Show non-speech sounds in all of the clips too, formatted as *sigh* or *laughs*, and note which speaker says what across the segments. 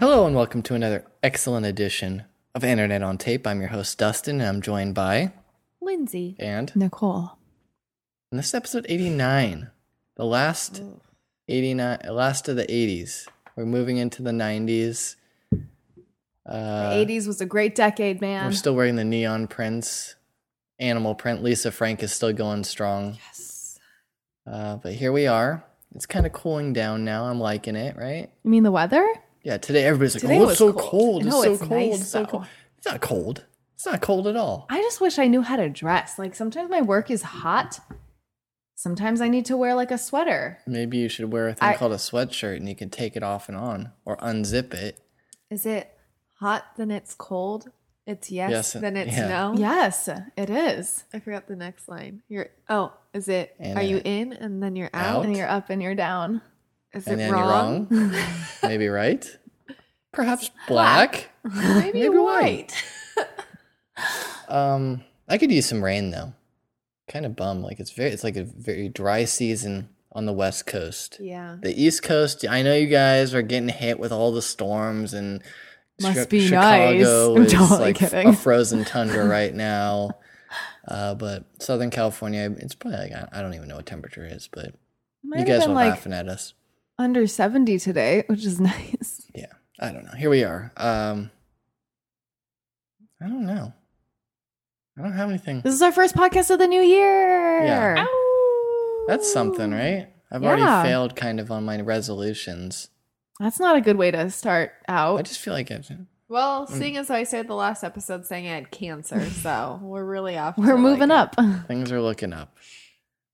Speaker 1: welcome to another excellent edition of Internet on Tape. I'm your host, Dustin, and I'm joined by
Speaker 2: Lindsay.
Speaker 1: and
Speaker 2: Nicole.
Speaker 1: and this is episode 89, the last 89, last of the 80s. We're moving into the 90s. Uh,
Speaker 2: the 80s was a great decade, man.
Speaker 1: We're still wearing the neon prints, animal print. Lisa Frank is still going strong.
Speaker 2: yes.
Speaker 1: Uh, but here we are. It's kind of cooling down now. I'm liking it, right?
Speaker 2: You mean the weather?
Speaker 1: Yeah, today everybody's like,
Speaker 2: Today
Speaker 1: oh, it's
Speaker 2: was
Speaker 1: so
Speaker 2: cold.
Speaker 1: cold.
Speaker 2: I
Speaker 1: It's
Speaker 2: know,
Speaker 1: so
Speaker 2: it's
Speaker 1: cold.
Speaker 2: nice,
Speaker 1: it's so
Speaker 2: though.
Speaker 1: cold. It's not cold. It's not cold at all.
Speaker 2: I just wish I knew how to dress. Like sometimes my work is hot. Sometimes I need to wear like a sweater.
Speaker 1: Maybe you should wear a thing
Speaker 2: I-
Speaker 1: called a sweatshirt and you can take it off and on or unzip it.
Speaker 3: Is it hot then it's cold? It's yes,
Speaker 1: Yes,
Speaker 3: then it's
Speaker 1: yeah.
Speaker 3: no.
Speaker 2: Yes, it is.
Speaker 3: I forgot the next line. You're oh, is it
Speaker 1: And
Speaker 3: are you
Speaker 1: it-
Speaker 3: in and then you're out?
Speaker 1: Out?
Speaker 2: And you're up and you're *laughs* down.
Speaker 3: Is
Speaker 1: and
Speaker 3: it
Speaker 1: then
Speaker 3: wrong?
Speaker 1: you're
Speaker 2: *laughs*
Speaker 1: wrong. Maybe right. Perhaps black.
Speaker 3: Maybe,
Speaker 1: Maybe white.
Speaker 3: white.
Speaker 1: Um, I could use some rain though. Kind of bum. Like it's very, it's like a very dry season on the West Coast.
Speaker 3: Yeah.
Speaker 1: The East Coast. I know you guys are getting hit with all the storms and
Speaker 2: Must
Speaker 1: Chi-
Speaker 2: be nice. *laughs*
Speaker 1: Chicago
Speaker 2: I'm
Speaker 1: is
Speaker 2: totally
Speaker 1: like f- a
Speaker 2: kidding.
Speaker 1: frozen tundra right now. Uh, but Southern California, it's probably like I I don't even know what temperature is, but
Speaker 2: It
Speaker 1: you
Speaker 2: might have
Speaker 1: guys
Speaker 2: been
Speaker 1: were
Speaker 2: like
Speaker 1: laughing at us.
Speaker 2: under 70 today, *laughs* which is nice.
Speaker 1: Yeah, I don't know. Here we are. Um, I don't know. I don't have anything.
Speaker 2: This is our first podcast of the new year.
Speaker 1: Yeah. That's something, right? I've
Speaker 2: Yeah.
Speaker 1: already failed kind of on my resolutions.
Speaker 2: That's not a good way to start
Speaker 1: I
Speaker 2: out.
Speaker 1: just feel like I've,
Speaker 3: Well,
Speaker 1: Mm.
Speaker 3: seeing as how I started the last episode saying I
Speaker 1: *laughs*
Speaker 3: had cancer, so we're really off. to,
Speaker 2: We're
Speaker 3: like,
Speaker 2: moving
Speaker 3: a-
Speaker 2: up. *laughs*
Speaker 1: things are looking up.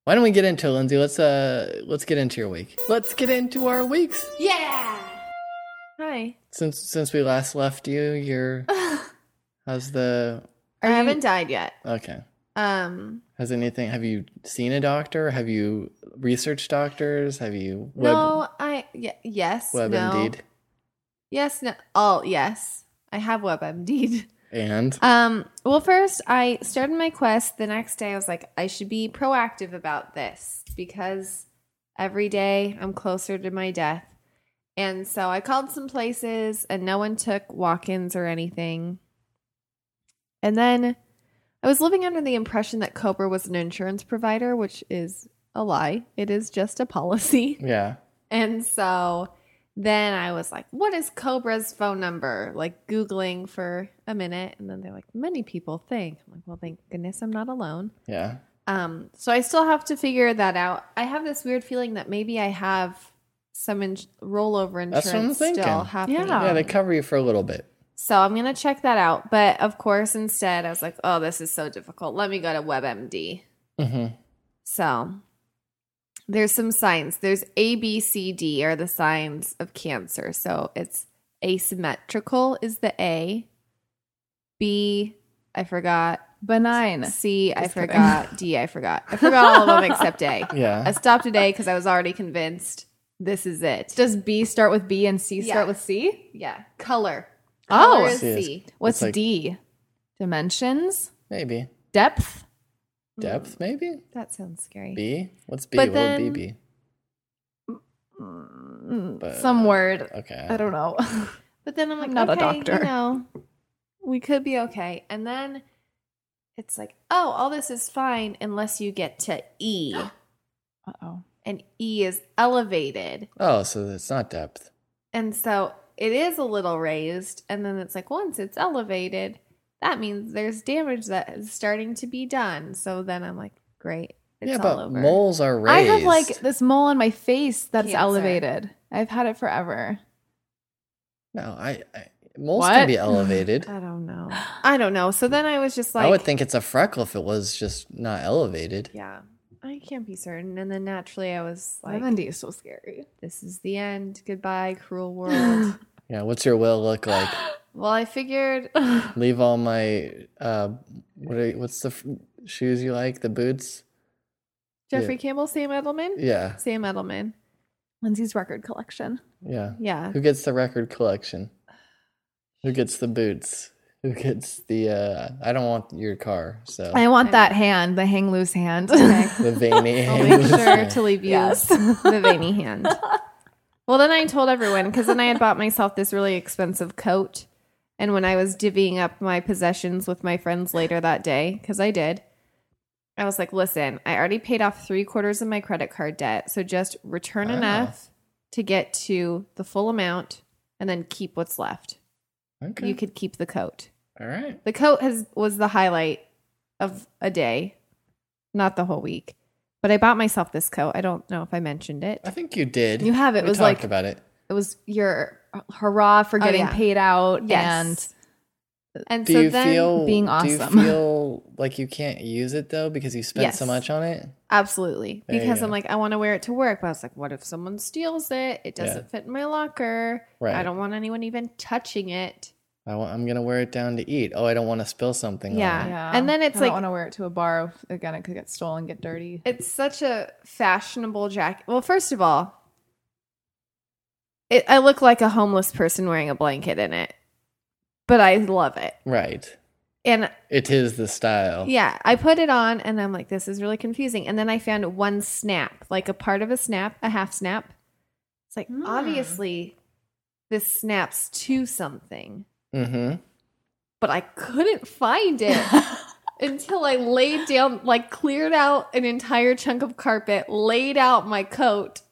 Speaker 1: Why don't we get into it, Lindsay? Let's uh, let's get into your week. Let's get into our weeks.
Speaker 3: Hi.
Speaker 1: Since since we last left you,
Speaker 3: *laughs*
Speaker 1: you're how's the
Speaker 3: I
Speaker 2: Are you-
Speaker 3: haven't died yet.
Speaker 1: okay?
Speaker 3: Um
Speaker 1: Has anything? Have you seen a doctor? Have you researched doctors? Have you
Speaker 3: no, I y- yes,
Speaker 1: web
Speaker 3: no.
Speaker 1: indeed
Speaker 3: Yes, no. All yes. I have WebMD.
Speaker 1: and
Speaker 3: *laughs* Um, well, first I started my quest. The next day I was like, I should be proactive about this because every day I'm closer to my death. And so I called some places and no one took walk ins or anything. And then I was living under the impression that Cobra was an insurance provider, which is a lie. It is just a policy.
Speaker 1: yeah.
Speaker 3: And so then I was like, what is Cobra's phone number? Like Googling for a minute. And then they're like, many people think. I'm like, well, thank goodness I'm not alone.
Speaker 1: Yeah,
Speaker 3: Um, so I still have to figure that out. I have this weird feeling that maybe I have some in- rollover insurance
Speaker 1: That's what I'm
Speaker 3: still
Speaker 1: thinking.
Speaker 3: happening.
Speaker 2: Yeah.
Speaker 1: yeah. They cover you for a little bit.
Speaker 3: So I'm going to check that out. But of course, instead, I was like, oh, this is so difficult. Let me go to WebMD.
Speaker 1: hmm
Speaker 3: So there's some signs. There's A, B, C, D are the signs of cancer. So it's asymmetrical is the A. B, I forgot.
Speaker 2: Benign.
Speaker 3: C, I
Speaker 2: Just kidding.
Speaker 3: forgot. D, I forgot. I forgot all of them except A. I
Speaker 1: Yeah,
Speaker 3: stopped at A because I was already convinced this is it.
Speaker 2: Does B start with B and C
Speaker 3: Yeah.
Speaker 2: start with C?
Speaker 3: yeah. Color.
Speaker 2: Oh.
Speaker 3: Color is
Speaker 1: See, it's-
Speaker 3: C.
Speaker 2: What's
Speaker 1: like-
Speaker 2: D? Dimensions?
Speaker 1: maybe
Speaker 2: Depth?
Speaker 1: depth, maybe
Speaker 3: That sounds scary.
Speaker 1: B. What's B?
Speaker 3: But
Speaker 1: what would B
Speaker 3: then-
Speaker 1: be?
Speaker 2: Mm,
Speaker 1: But- uh,
Speaker 2: Some word.
Speaker 1: Okay,
Speaker 2: I don't know. *laughs*
Speaker 3: But then I'm like,
Speaker 2: not a
Speaker 3: okay, You
Speaker 2: doctor.
Speaker 3: know, we could be okay. And then it's like, oh, all this is fine unless you get to E,
Speaker 2: Uh oh.
Speaker 3: and E is elevated,
Speaker 1: Oh, so it's not depth.
Speaker 3: and so it is a little raised. And then it's like, once it's elevated, that means there's damage that is starting to be done. So then I'm like, great, it's
Speaker 1: yeah,
Speaker 3: all
Speaker 1: but
Speaker 3: over.
Speaker 1: moles are raised.
Speaker 2: I have like this mole on my face that's
Speaker 3: Cancer.
Speaker 2: elevated. I've had it forever.
Speaker 1: no, I, I moles can
Speaker 2: What? *laughs*
Speaker 1: be elevated.
Speaker 3: I don't know. I don't know. So then I was just like,
Speaker 1: I would think it's a freckle if it was just not elevated.
Speaker 3: yeah, I can't be certain. And then naturally, I was like,
Speaker 2: 70 is so scary.
Speaker 3: this is the end. Goodbye, cruel
Speaker 2: *laughs*
Speaker 3: world.
Speaker 1: Yeah, what's your will look
Speaker 2: *gasps*
Speaker 1: like?
Speaker 3: well, I figured
Speaker 1: Leave all my uh, what are, what's the f- shoes you like? The boots?
Speaker 3: Jeffrey Campbell, Sam Edelman,
Speaker 1: Yeah,
Speaker 3: Sam Edelman.
Speaker 2: Lindsay's record collection.
Speaker 1: yeah.
Speaker 3: Yeah,
Speaker 1: Who gets the record collection? Who gets the boots? Who gets the? uh I don't want your car, so
Speaker 2: I want
Speaker 3: I
Speaker 2: that hand, the hang loose hand. *laughs*
Speaker 3: Okay.
Speaker 1: the veiny. *laughs*
Speaker 3: I'll make
Speaker 1: hands.
Speaker 3: *laughs* sure to leave you
Speaker 2: yes.
Speaker 3: the veiny hand. Well, then I told everyone because then I had bought myself this really expensive coat. And when I was divvying up my possessions with my friends later that day, because I did, I was like, listen, I already paid off three quarters of my credit card debt. So just return
Speaker 1: Wow.
Speaker 3: enough to get to the full amount and then keep what's left.
Speaker 1: Okay.
Speaker 3: You could keep the coat.
Speaker 1: All right.
Speaker 3: The coat has was the highlight of a day, not the whole week. But I bought myself this coat. I don't know if I mentioned it.
Speaker 1: I think you did.
Speaker 2: You have it.
Speaker 1: We
Speaker 2: It was
Speaker 1: talked
Speaker 2: like-
Speaker 1: about it.
Speaker 2: It was your hurrah for
Speaker 3: Oh,
Speaker 2: getting
Speaker 3: yeah.
Speaker 2: paid out
Speaker 3: Yes. And,
Speaker 1: Do
Speaker 3: so
Speaker 1: you
Speaker 3: then
Speaker 1: feel
Speaker 2: being
Speaker 1: Do
Speaker 2: awesome.
Speaker 1: you feel like you can't use it though because you spent so
Speaker 3: Yes.
Speaker 1: much on it?
Speaker 3: absolutely
Speaker 1: There you
Speaker 3: because I'm
Speaker 1: go.
Speaker 3: like I want to wear it to work, but I was like, what if someone steals it? It doesn't fit in my locker.
Speaker 1: Right.
Speaker 3: I don't want anyone even touching it.
Speaker 1: I want, I'm gonna wear it down to eat. Oh, I don't want to spill something. on
Speaker 3: Yeah.
Speaker 1: it.
Speaker 3: And then it's
Speaker 2: I don't
Speaker 3: like-
Speaker 2: want to wear it to a bar if- again. It could get stolen, get *laughs* dirty.
Speaker 3: It's such a fashionable jacket. Well, first of all, it, I look like a homeless person wearing a blanket in it, but I love it.
Speaker 1: Right.
Speaker 3: And
Speaker 1: It is the style.
Speaker 3: Yeah, I put it on and I'm like, this is really confusing. And then I found one snap, like a part of a snap, a half snap. It's like,
Speaker 2: Hmm.
Speaker 3: obviously, this snaps to something,
Speaker 1: Mm-hmm.
Speaker 3: but I couldn't
Speaker 2: *laughs*
Speaker 3: find it until I laid down, like, cleared out an entire chunk of carpet, laid out my coat,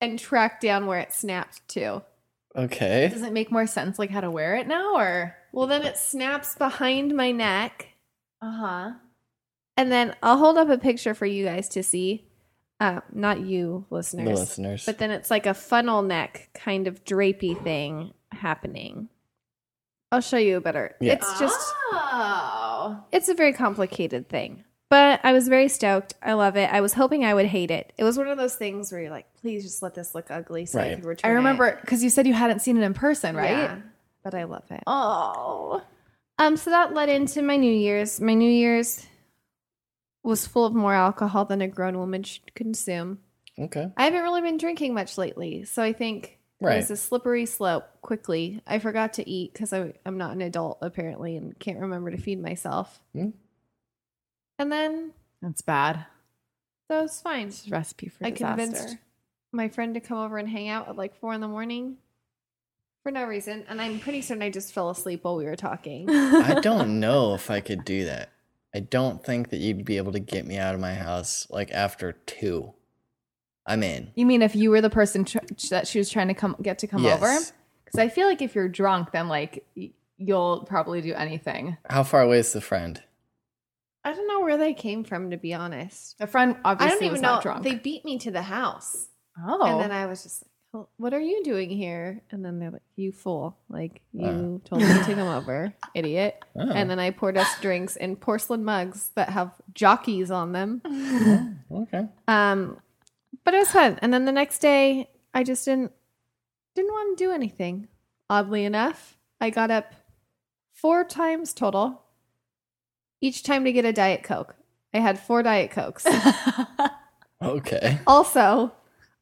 Speaker 3: and tracked down where it snapped to.
Speaker 1: Okay.
Speaker 2: Does it make more sense, like how to wear it now, or
Speaker 3: Well, then it snaps behind my neck.
Speaker 2: uh huh?
Speaker 3: And then I'll hold up a picture for you guys to see. Uh, not you,
Speaker 1: The
Speaker 3: listeners.
Speaker 1: listeners.
Speaker 3: But then it's like a funnel neck kind of drapey thing happening. I'll show you better.
Speaker 1: Yeah.
Speaker 3: It's just
Speaker 2: oh,
Speaker 3: it's a very complicated thing. But I was very stoked. I love it. I was hoping I would hate it. It was one of those things where you're like, please just let this look ugly so I
Speaker 1: Right.
Speaker 3: can return
Speaker 2: I
Speaker 3: it."
Speaker 2: remember because you said you hadn't seen it in person, right?
Speaker 3: Yeah. But I love it.
Speaker 2: Oh,
Speaker 3: Um, so that led into my New Year's. My New Year's was full of more alcohol than a grown woman should consume. *laughs*
Speaker 1: okay.
Speaker 3: I haven't really been drinking much lately, so I think it
Speaker 1: Right.
Speaker 3: was a slippery slope. Quickly, I forgot to eat because I'm not an adult apparently and can't remember to feed myself.
Speaker 1: Hmm.
Speaker 3: And then
Speaker 2: that's bad.
Speaker 3: that was fine.
Speaker 2: It's a recipe for
Speaker 3: I
Speaker 2: disaster.
Speaker 3: convinced my friend to come over and hang out at like four in the morning for no reason, and I'm pretty certain I just fell asleep while we were
Speaker 2: *laughs*
Speaker 3: talking.
Speaker 1: I don't know if I could do that. I don't think that you'd be able to get me out of my house like after two. I'm in.
Speaker 2: You mean if you were the person tr- that she was trying to come get to come
Speaker 1: Yes.
Speaker 2: over? Because I feel like if you're drunk, then like y- you'll probably do anything.
Speaker 1: How far away is the friend?
Speaker 3: I don't know where they came from to be honest.
Speaker 2: A friend
Speaker 3: I
Speaker 2: obviously
Speaker 3: don't even
Speaker 2: was
Speaker 3: know.
Speaker 2: not drunk.
Speaker 3: They beat me to the house.
Speaker 2: oh,
Speaker 3: And then I was just like, "Well, what are you doing here? And then they're like, you fool. Like, you
Speaker 1: Wow.
Speaker 3: told me to come over, idiot.
Speaker 1: Oh,
Speaker 3: And then I poured us drinks in porcelain mugs that have jockeys on them.
Speaker 1: okay.
Speaker 3: Um, but it was fun. And then the next day, I just didn't didn't want to do anything. Oddly enough, I got up four times total, each time to get a diet coke. I had four
Speaker 2: *laughs*
Speaker 3: diet cokes.
Speaker 1: Okay.
Speaker 3: also,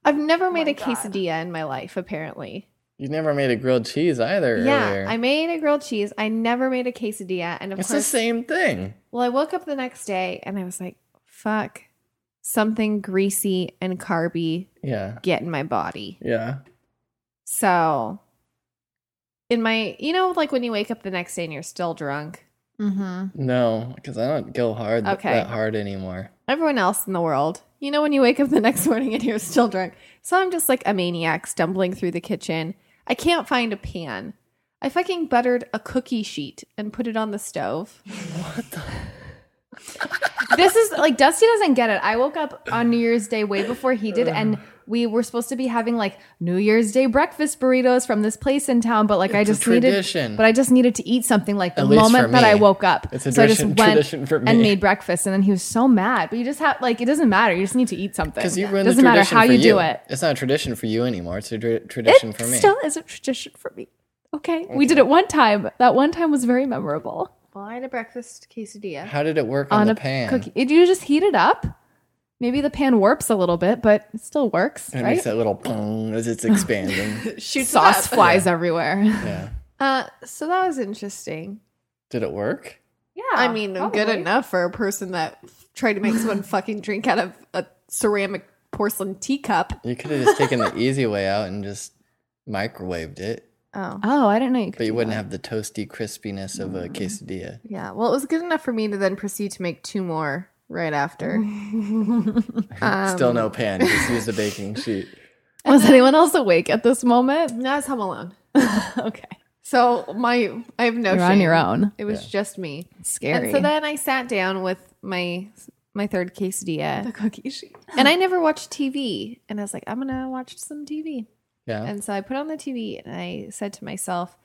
Speaker 3: I've never made
Speaker 2: Oh my
Speaker 3: a
Speaker 2: God.
Speaker 3: quesadilla in my life. Apparently,
Speaker 1: You never made a grilled cheese either.
Speaker 3: Yeah,
Speaker 1: earlier.
Speaker 3: I made a grilled cheese. I never made a quesadilla, and of
Speaker 1: It's the
Speaker 3: course,
Speaker 1: same thing.
Speaker 3: well, I woke up the next day and I was like, "Fuck, something greasy and carby
Speaker 1: Yeah.
Speaker 3: get in my body."
Speaker 1: Yeah.
Speaker 3: So, in my, you know, like when you wake up the next day and you're still drunk,
Speaker 2: mm-hmm.
Speaker 1: No, because I don't go hard th-
Speaker 3: Okay.
Speaker 1: that hard anymore.
Speaker 3: everyone else in the world, you know, when you wake up
Speaker 2: *laughs*
Speaker 3: the next morning and you're still drunk. So I'm just like a maniac stumbling through the kitchen. I can't find a pan. I fucking buttered a cookie sheet and put it on the stove.
Speaker 1: *laughs* What the?
Speaker 2: *laughs* this is like Dusty doesn't get it. I woke up on New Year's Day way before he did, and we were supposed to be having like New Year's Day breakfast burritos from this place in town, but like I
Speaker 1: It's a
Speaker 2: just needed,
Speaker 1: tradition.
Speaker 2: but I just needed to eat something like the
Speaker 1: At least for
Speaker 2: moment that
Speaker 1: me.
Speaker 2: I woke up.
Speaker 1: It's a
Speaker 2: so I just
Speaker 1: tradition- *laughs*
Speaker 2: went
Speaker 1: tradition for
Speaker 2: and
Speaker 1: me.
Speaker 2: made breakfast, and then he was so mad. But you just have like it doesn't matter. You just need to eat something.
Speaker 1: Because you ruined
Speaker 2: doesn't
Speaker 1: the
Speaker 2: matter
Speaker 1: tradition
Speaker 2: how
Speaker 1: for
Speaker 2: you, do it.
Speaker 1: It's not a tradition for you anymore. It's a tra- tradition for me.
Speaker 2: Still is a tradition for me. okay, we did it one time. That one time was very memorable.
Speaker 3: Well, I had a breakfast quesadilla.
Speaker 1: How did it work on,
Speaker 2: on
Speaker 1: the
Speaker 2: a
Speaker 1: pan?
Speaker 2: cookie. It- you just heat it up. Maybe the pan warps a little bit, but it still works,
Speaker 1: It
Speaker 2: right?
Speaker 1: makes that little pong as
Speaker 2: *laughs*
Speaker 1: it's expanding.
Speaker 3: Shoots
Speaker 2: Sauce flies everywhere. *laughs*
Speaker 1: yeah.
Speaker 3: Uh, so that was interesting.
Speaker 1: Did it work?
Speaker 2: Yeah,
Speaker 3: I mean, good
Speaker 2: probably.
Speaker 3: *laughs* enough for a person that tried to make someone fucking drink out of a ceramic porcelain teacup.
Speaker 1: You could have just taken the easy way out and just microwaved it,
Speaker 3: Oh,
Speaker 2: Oh, I didn't know you could.
Speaker 1: but you
Speaker 2: do
Speaker 1: wouldn't
Speaker 2: that.
Speaker 1: have the toasty crispiness of
Speaker 2: Mm.
Speaker 1: a quesadilla.
Speaker 3: yeah. Well, it was good enough for me to then proceed to make two more right after.
Speaker 2: Um,
Speaker 1: Still no pan. Just use the baking sheet.
Speaker 2: *laughs* Was anyone else awake at this moment? *laughs*
Speaker 3: That's Home Alone.
Speaker 2: okay.
Speaker 3: So my, I have no.
Speaker 2: You're on
Speaker 3: shame.
Speaker 2: your own.
Speaker 3: It was just me.
Speaker 2: It's scary.
Speaker 3: And so then I sat down with my my third quesadilla,
Speaker 2: cookie sheet.
Speaker 3: and I never watched TV. And I was like, I'm gonna watch some TV.
Speaker 1: Yeah.
Speaker 3: And so I put on the TV and I said to myself,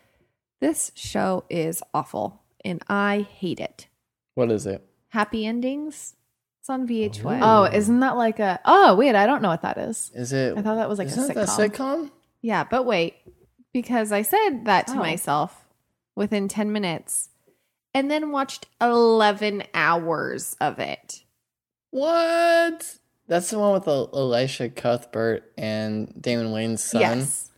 Speaker 3: this show is awful and I hate it.
Speaker 1: What is it?
Speaker 3: Happy Endings. It's on VH1.
Speaker 1: Ooh.
Speaker 2: *laughs* Oh, isn't that like a? Oh, wait, I don't know what that is.
Speaker 1: Is it?
Speaker 2: I thought that was like a
Speaker 1: isn't it
Speaker 2: sitcom.
Speaker 1: that sitcom?
Speaker 3: Yeah, but wait, because I said that to
Speaker 2: Oh.
Speaker 3: myself within 10 minutes and then watched 11 hours of it.
Speaker 1: What? That's the one with El- Elisha Cuthbert and Damon Wayne's son.
Speaker 3: Yes.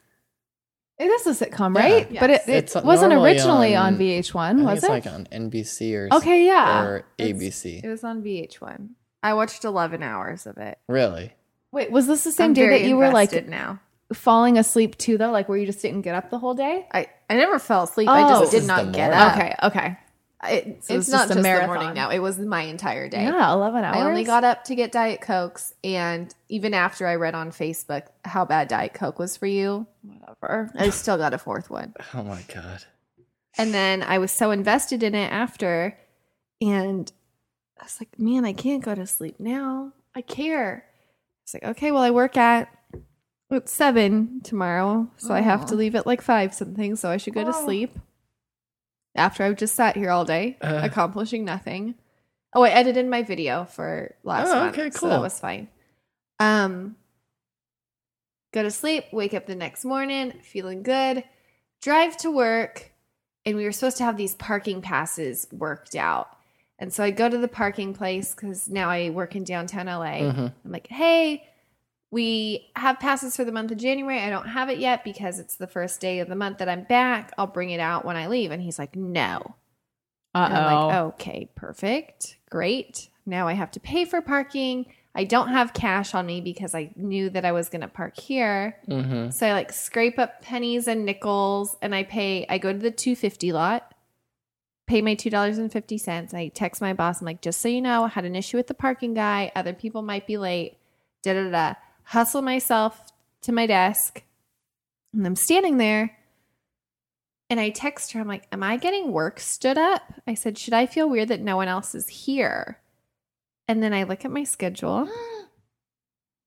Speaker 2: It is a sitcom,
Speaker 1: Yeah.
Speaker 2: right? But it,
Speaker 3: Yes.
Speaker 2: it
Speaker 1: It's
Speaker 2: wasn't
Speaker 1: normally
Speaker 2: originally on,
Speaker 1: on- I
Speaker 2: VH1,
Speaker 1: think
Speaker 2: was
Speaker 1: it's
Speaker 2: it?
Speaker 1: like on NBC or s-
Speaker 2: okay, yeah.
Speaker 1: or
Speaker 3: It's-
Speaker 1: ABC.
Speaker 3: It was on VH1. I watched 11 hours of it.
Speaker 1: Really?
Speaker 2: Wait, was this the same
Speaker 3: I'm
Speaker 2: day
Speaker 3: very
Speaker 2: that you were like
Speaker 3: invested now.
Speaker 2: falling asleep too, though? Like where you just didn't get up the whole day?
Speaker 3: I, I never fell asleep. I
Speaker 2: Oh.
Speaker 3: just
Speaker 2: This
Speaker 3: did
Speaker 1: is the
Speaker 3: not get
Speaker 1: morning.
Speaker 3: up.
Speaker 2: Okay, okay.
Speaker 3: It,
Speaker 2: So
Speaker 3: it's
Speaker 2: it's
Speaker 3: not
Speaker 2: just a
Speaker 3: just, the
Speaker 2: marathon.
Speaker 3: morning now. It was my entire day.
Speaker 2: Yeah, 11 hours.
Speaker 3: I only got up to get Diet Cokes, and even after I read on Facebook how bad Diet Coke was for you,
Speaker 2: whatever.
Speaker 3: I still got a fourth one.
Speaker 1: Oh my god.
Speaker 3: And then I was so invested in it after, and I was like, man, I can't go to sleep now. I care. It's like, okay, well, I work at at seven tomorrow, so I have to
Speaker 2: Aw.
Speaker 3: leave at like five something, so I should go to
Speaker 2: Wow.
Speaker 3: sleep. After I've just sat here all day,
Speaker 1: Uh.
Speaker 3: accomplishing nothing. Oh, I edited my video for last
Speaker 1: Oh,
Speaker 3: month,
Speaker 1: okay,
Speaker 3: so that
Speaker 1: cool.
Speaker 3: was fine. Um, go to sleep, wake up the next morning, feeling good, drive to work, and we were supposed to have these parking passes worked out. And so I go to the parking place because now I work in downtown LA.
Speaker 1: Mhm.
Speaker 3: I'm like, hey, we have passes for the month of January. I don't have it yet because it's the first day of the month that I'm back. I'll bring it out when I leave. And he's like, no.
Speaker 2: Uh
Speaker 3: And I'm like, okay, perfect. Great. Now I have to pay for parking. I don't have cash on me because I knew that I was going to park here.
Speaker 1: Mhm.
Speaker 3: So I like scrape up pennies and nickels and I pay I go to the 250 lot, pay my $2.50. I text my boss, I'm like, just so you know, I had an issue with the parking guy. Other people might be late. Da da da. Hustle myself to my desk. And I'm standing there. And I text her, I'm like, Am I getting work stood up? I said, Should I feel weird that no one else is here? And then I look at my schedule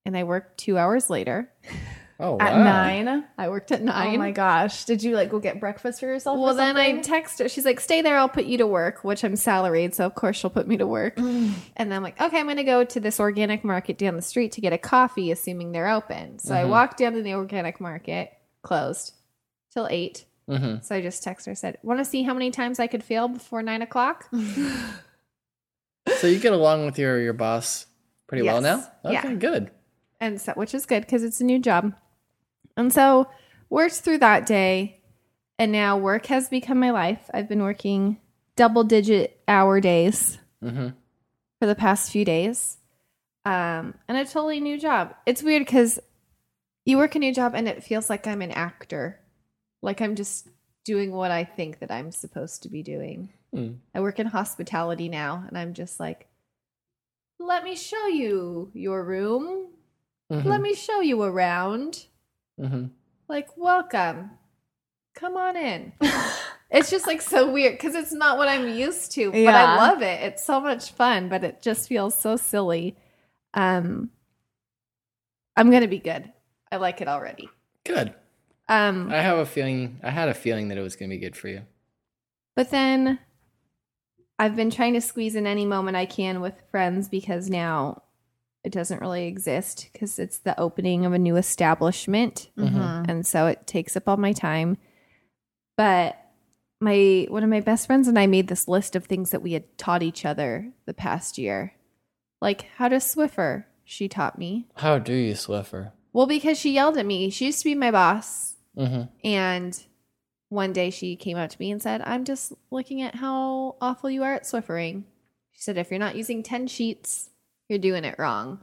Speaker 3: and I work two hours later.
Speaker 1: Oh wow.
Speaker 2: At nine?
Speaker 3: I worked at nine.
Speaker 2: Oh my gosh. Did you like go get breakfast for yourself?
Speaker 3: Well, then I text her. She's like, stay there. I'll put you to work, which I'm salaried. So, of course, she'll put me to work.
Speaker 2: Mm.
Speaker 3: And then I'm like, okay, I'm going to go to this organic market down the street to get a coffee, assuming they're open. So I
Speaker 1: Mhm.
Speaker 3: walked down to the organic market, closed till eight.
Speaker 1: Mhm.
Speaker 3: So I just texted her, said, want to see how many times I could fail before nine o'clock?
Speaker 1: So you get along with your your boss pretty well
Speaker 3: Yes.
Speaker 1: now? Okay,
Speaker 3: Yeah.
Speaker 1: good.
Speaker 3: and so which is good because it's a new job and so worked through that day and now work has become my life i've been working double digit hour days
Speaker 1: Mhm.
Speaker 3: for the past few days um, and a totally new job it's weird because you work a new job and it feels like i'm an actor like i'm just doing what i think that i'm supposed to be doing
Speaker 1: Hmm.
Speaker 3: I work in hospitality now, and I'm just like, let me show you your room. Let
Speaker 1: Mhm.
Speaker 3: me show you around.
Speaker 1: Mhm.
Speaker 3: Like, welcome. Come on in. it's just like so weird because it's not what I'm used to, but
Speaker 2: Yeah.
Speaker 3: I love it. It's so much fun, but it just feels so silly. Um, I'm gonna be good. I like it already.
Speaker 1: Good.
Speaker 3: Um,
Speaker 1: I have a feeling I had a feeling that it was going to be good for you.
Speaker 3: But then I've been trying to squeeze in any moment I can with friends because now it doesn't really exist because it's the opening of a new establishment.
Speaker 1: Mhm.
Speaker 3: And so it takes up all my time. But my one of my best friends and I made this list of things that we had taught each other the past year. Like how to Swiffer, she taught me.
Speaker 1: How do you, Swiffer?
Speaker 3: Well, because she yelled at me. She used to be my boss
Speaker 1: Mhm.
Speaker 3: and one day she came up to me and said, I'm just looking at how awful you are at Swiffering. She said, if you're not using 10 sheets, you're doing it wrong.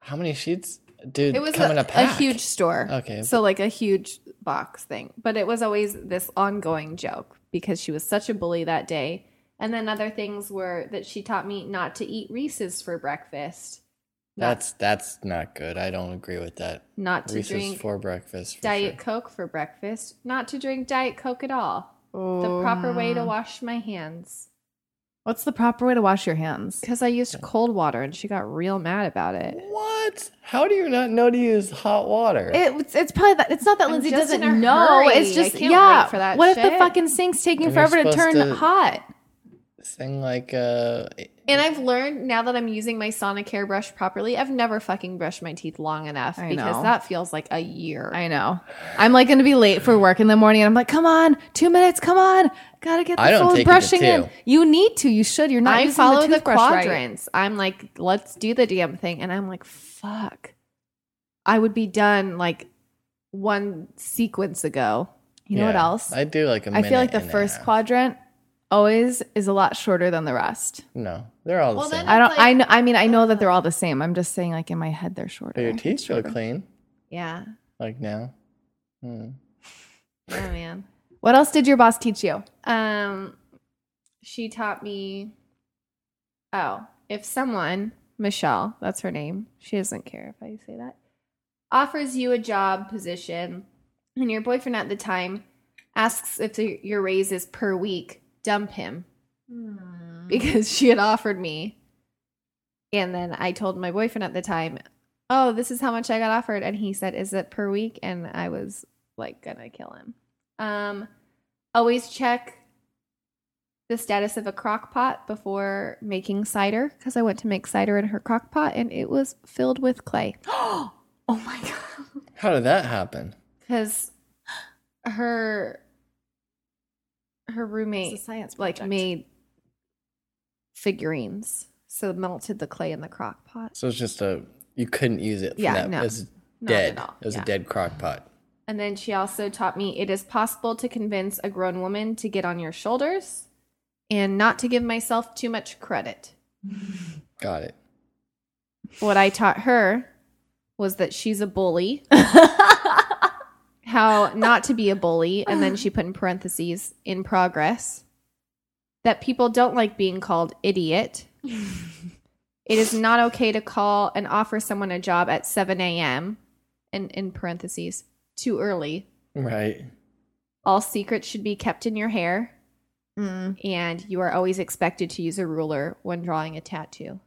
Speaker 1: How many sheets? dude,
Speaker 3: It was
Speaker 1: coming
Speaker 3: a,
Speaker 1: up pack.
Speaker 3: a huge store.
Speaker 1: Okay.
Speaker 3: So like a huge box thing. But it was always this ongoing joke because she was such a bully that day. And then other things were that she taught me not to eat Reese's for breakfast. Not,
Speaker 1: That's that's not good. I don't agree with that.
Speaker 3: not to
Speaker 1: Reese's
Speaker 3: drink
Speaker 1: for breakfast. For
Speaker 3: Diet
Speaker 1: sure.
Speaker 3: Coke for breakfast, not to drink Diet Coke at all. The
Speaker 2: Oh.
Speaker 3: proper way to wash my hands.
Speaker 2: What's the proper way to wash your hands?
Speaker 3: Because I used cold water and she got real mad about it.
Speaker 1: What? How do you not know to use hot water?
Speaker 2: It's it's probably that it's not that
Speaker 3: I'm
Speaker 2: Lindsay
Speaker 3: just in a
Speaker 2: doesn't know.
Speaker 3: hurry.
Speaker 2: It's
Speaker 3: I
Speaker 2: just
Speaker 3: can't
Speaker 2: yeah.
Speaker 3: wait for that
Speaker 2: what if the
Speaker 3: shit.
Speaker 2: fucking sink's taking
Speaker 1: And you're
Speaker 2: forever to turn
Speaker 1: supposed to-
Speaker 2: hot?
Speaker 1: Thing like uh,
Speaker 3: And I've learned now that I'm using my Sonicare brush properly, I've never fucking brushed my teeth long enough
Speaker 2: I
Speaker 3: because
Speaker 2: know.
Speaker 3: that feels like a year.
Speaker 2: I know. I'm like going to be late for work in the morning. And I'm like, come on, two minutes. Come on, gotta get the
Speaker 1: I don't
Speaker 2: full
Speaker 1: take it to
Speaker 2: brushing
Speaker 1: two.
Speaker 2: in. You need to. You should. You're not.
Speaker 3: I
Speaker 2: using
Speaker 3: follow the,
Speaker 2: toothbrush right.
Speaker 3: quadrants. I'm like, let's do the damn thing. And I'm like, fuck. I would be done like one sequence ago.
Speaker 2: You know what
Speaker 1: yeah,
Speaker 2: else? I,
Speaker 1: I do like a minute
Speaker 2: feel like the
Speaker 1: and a
Speaker 2: first
Speaker 1: half.
Speaker 2: quadrant always is a lot shorter than the rest.
Speaker 1: No, they're all the
Speaker 3: Well,
Speaker 1: same.
Speaker 3: then-
Speaker 2: I don't.
Speaker 3: It's like-
Speaker 2: I know. I mean, I know that they're all the same. I'm just saying, like in my head, they're shorter.
Speaker 1: But your teeth feel clean,
Speaker 3: Yeah.
Speaker 1: like now. Hmm.
Speaker 3: Oh man.
Speaker 2: What else did your boss teach you?
Speaker 3: Um, she taught me. Oh, if someone, Michelle, that's her name. She doesn't care if I say that. Offers you a job position, and your boyfriend at the time asks if the, your raise is per week. Dump him
Speaker 2: Hmm.
Speaker 3: because she had offered me, and then I told my boyfriend at the time, "Oh, this is how much I got offered," and he said, "Is it per week?" And I was like, gonna kill him. Um, always check the status of a crock pot before making cider because I went to make cider in her crock pot and it was filled with clay. *gasps*
Speaker 2: oh my god!
Speaker 1: How did that happen?
Speaker 3: Because her her roommate
Speaker 2: It's a science
Speaker 3: like
Speaker 2: project.
Speaker 3: made figurines, so melted the clay in the crock pot.
Speaker 1: So it's just a you couldn't use it. For
Speaker 3: Yeah,
Speaker 1: that.
Speaker 3: no.
Speaker 1: it was
Speaker 3: Not
Speaker 1: dead.
Speaker 3: at all.
Speaker 1: It was
Speaker 3: Yeah.
Speaker 1: a dead crock pot.
Speaker 3: And then she also taught me it is possible to convince a grown woman to get on your shoulders and not to give myself too much credit.
Speaker 1: Got it.
Speaker 3: What I taught her was that she's a bully. how not to be a bully, and then she put in parentheses in progress that people don't like being called idiot. it is not okay to call and offer someone a job at 7 a.m. and in parentheses too early.
Speaker 1: Right.
Speaker 3: All secrets should be kept in your hair,
Speaker 2: Mm.
Speaker 3: and you are always expected to use a ruler when drawing a tattoo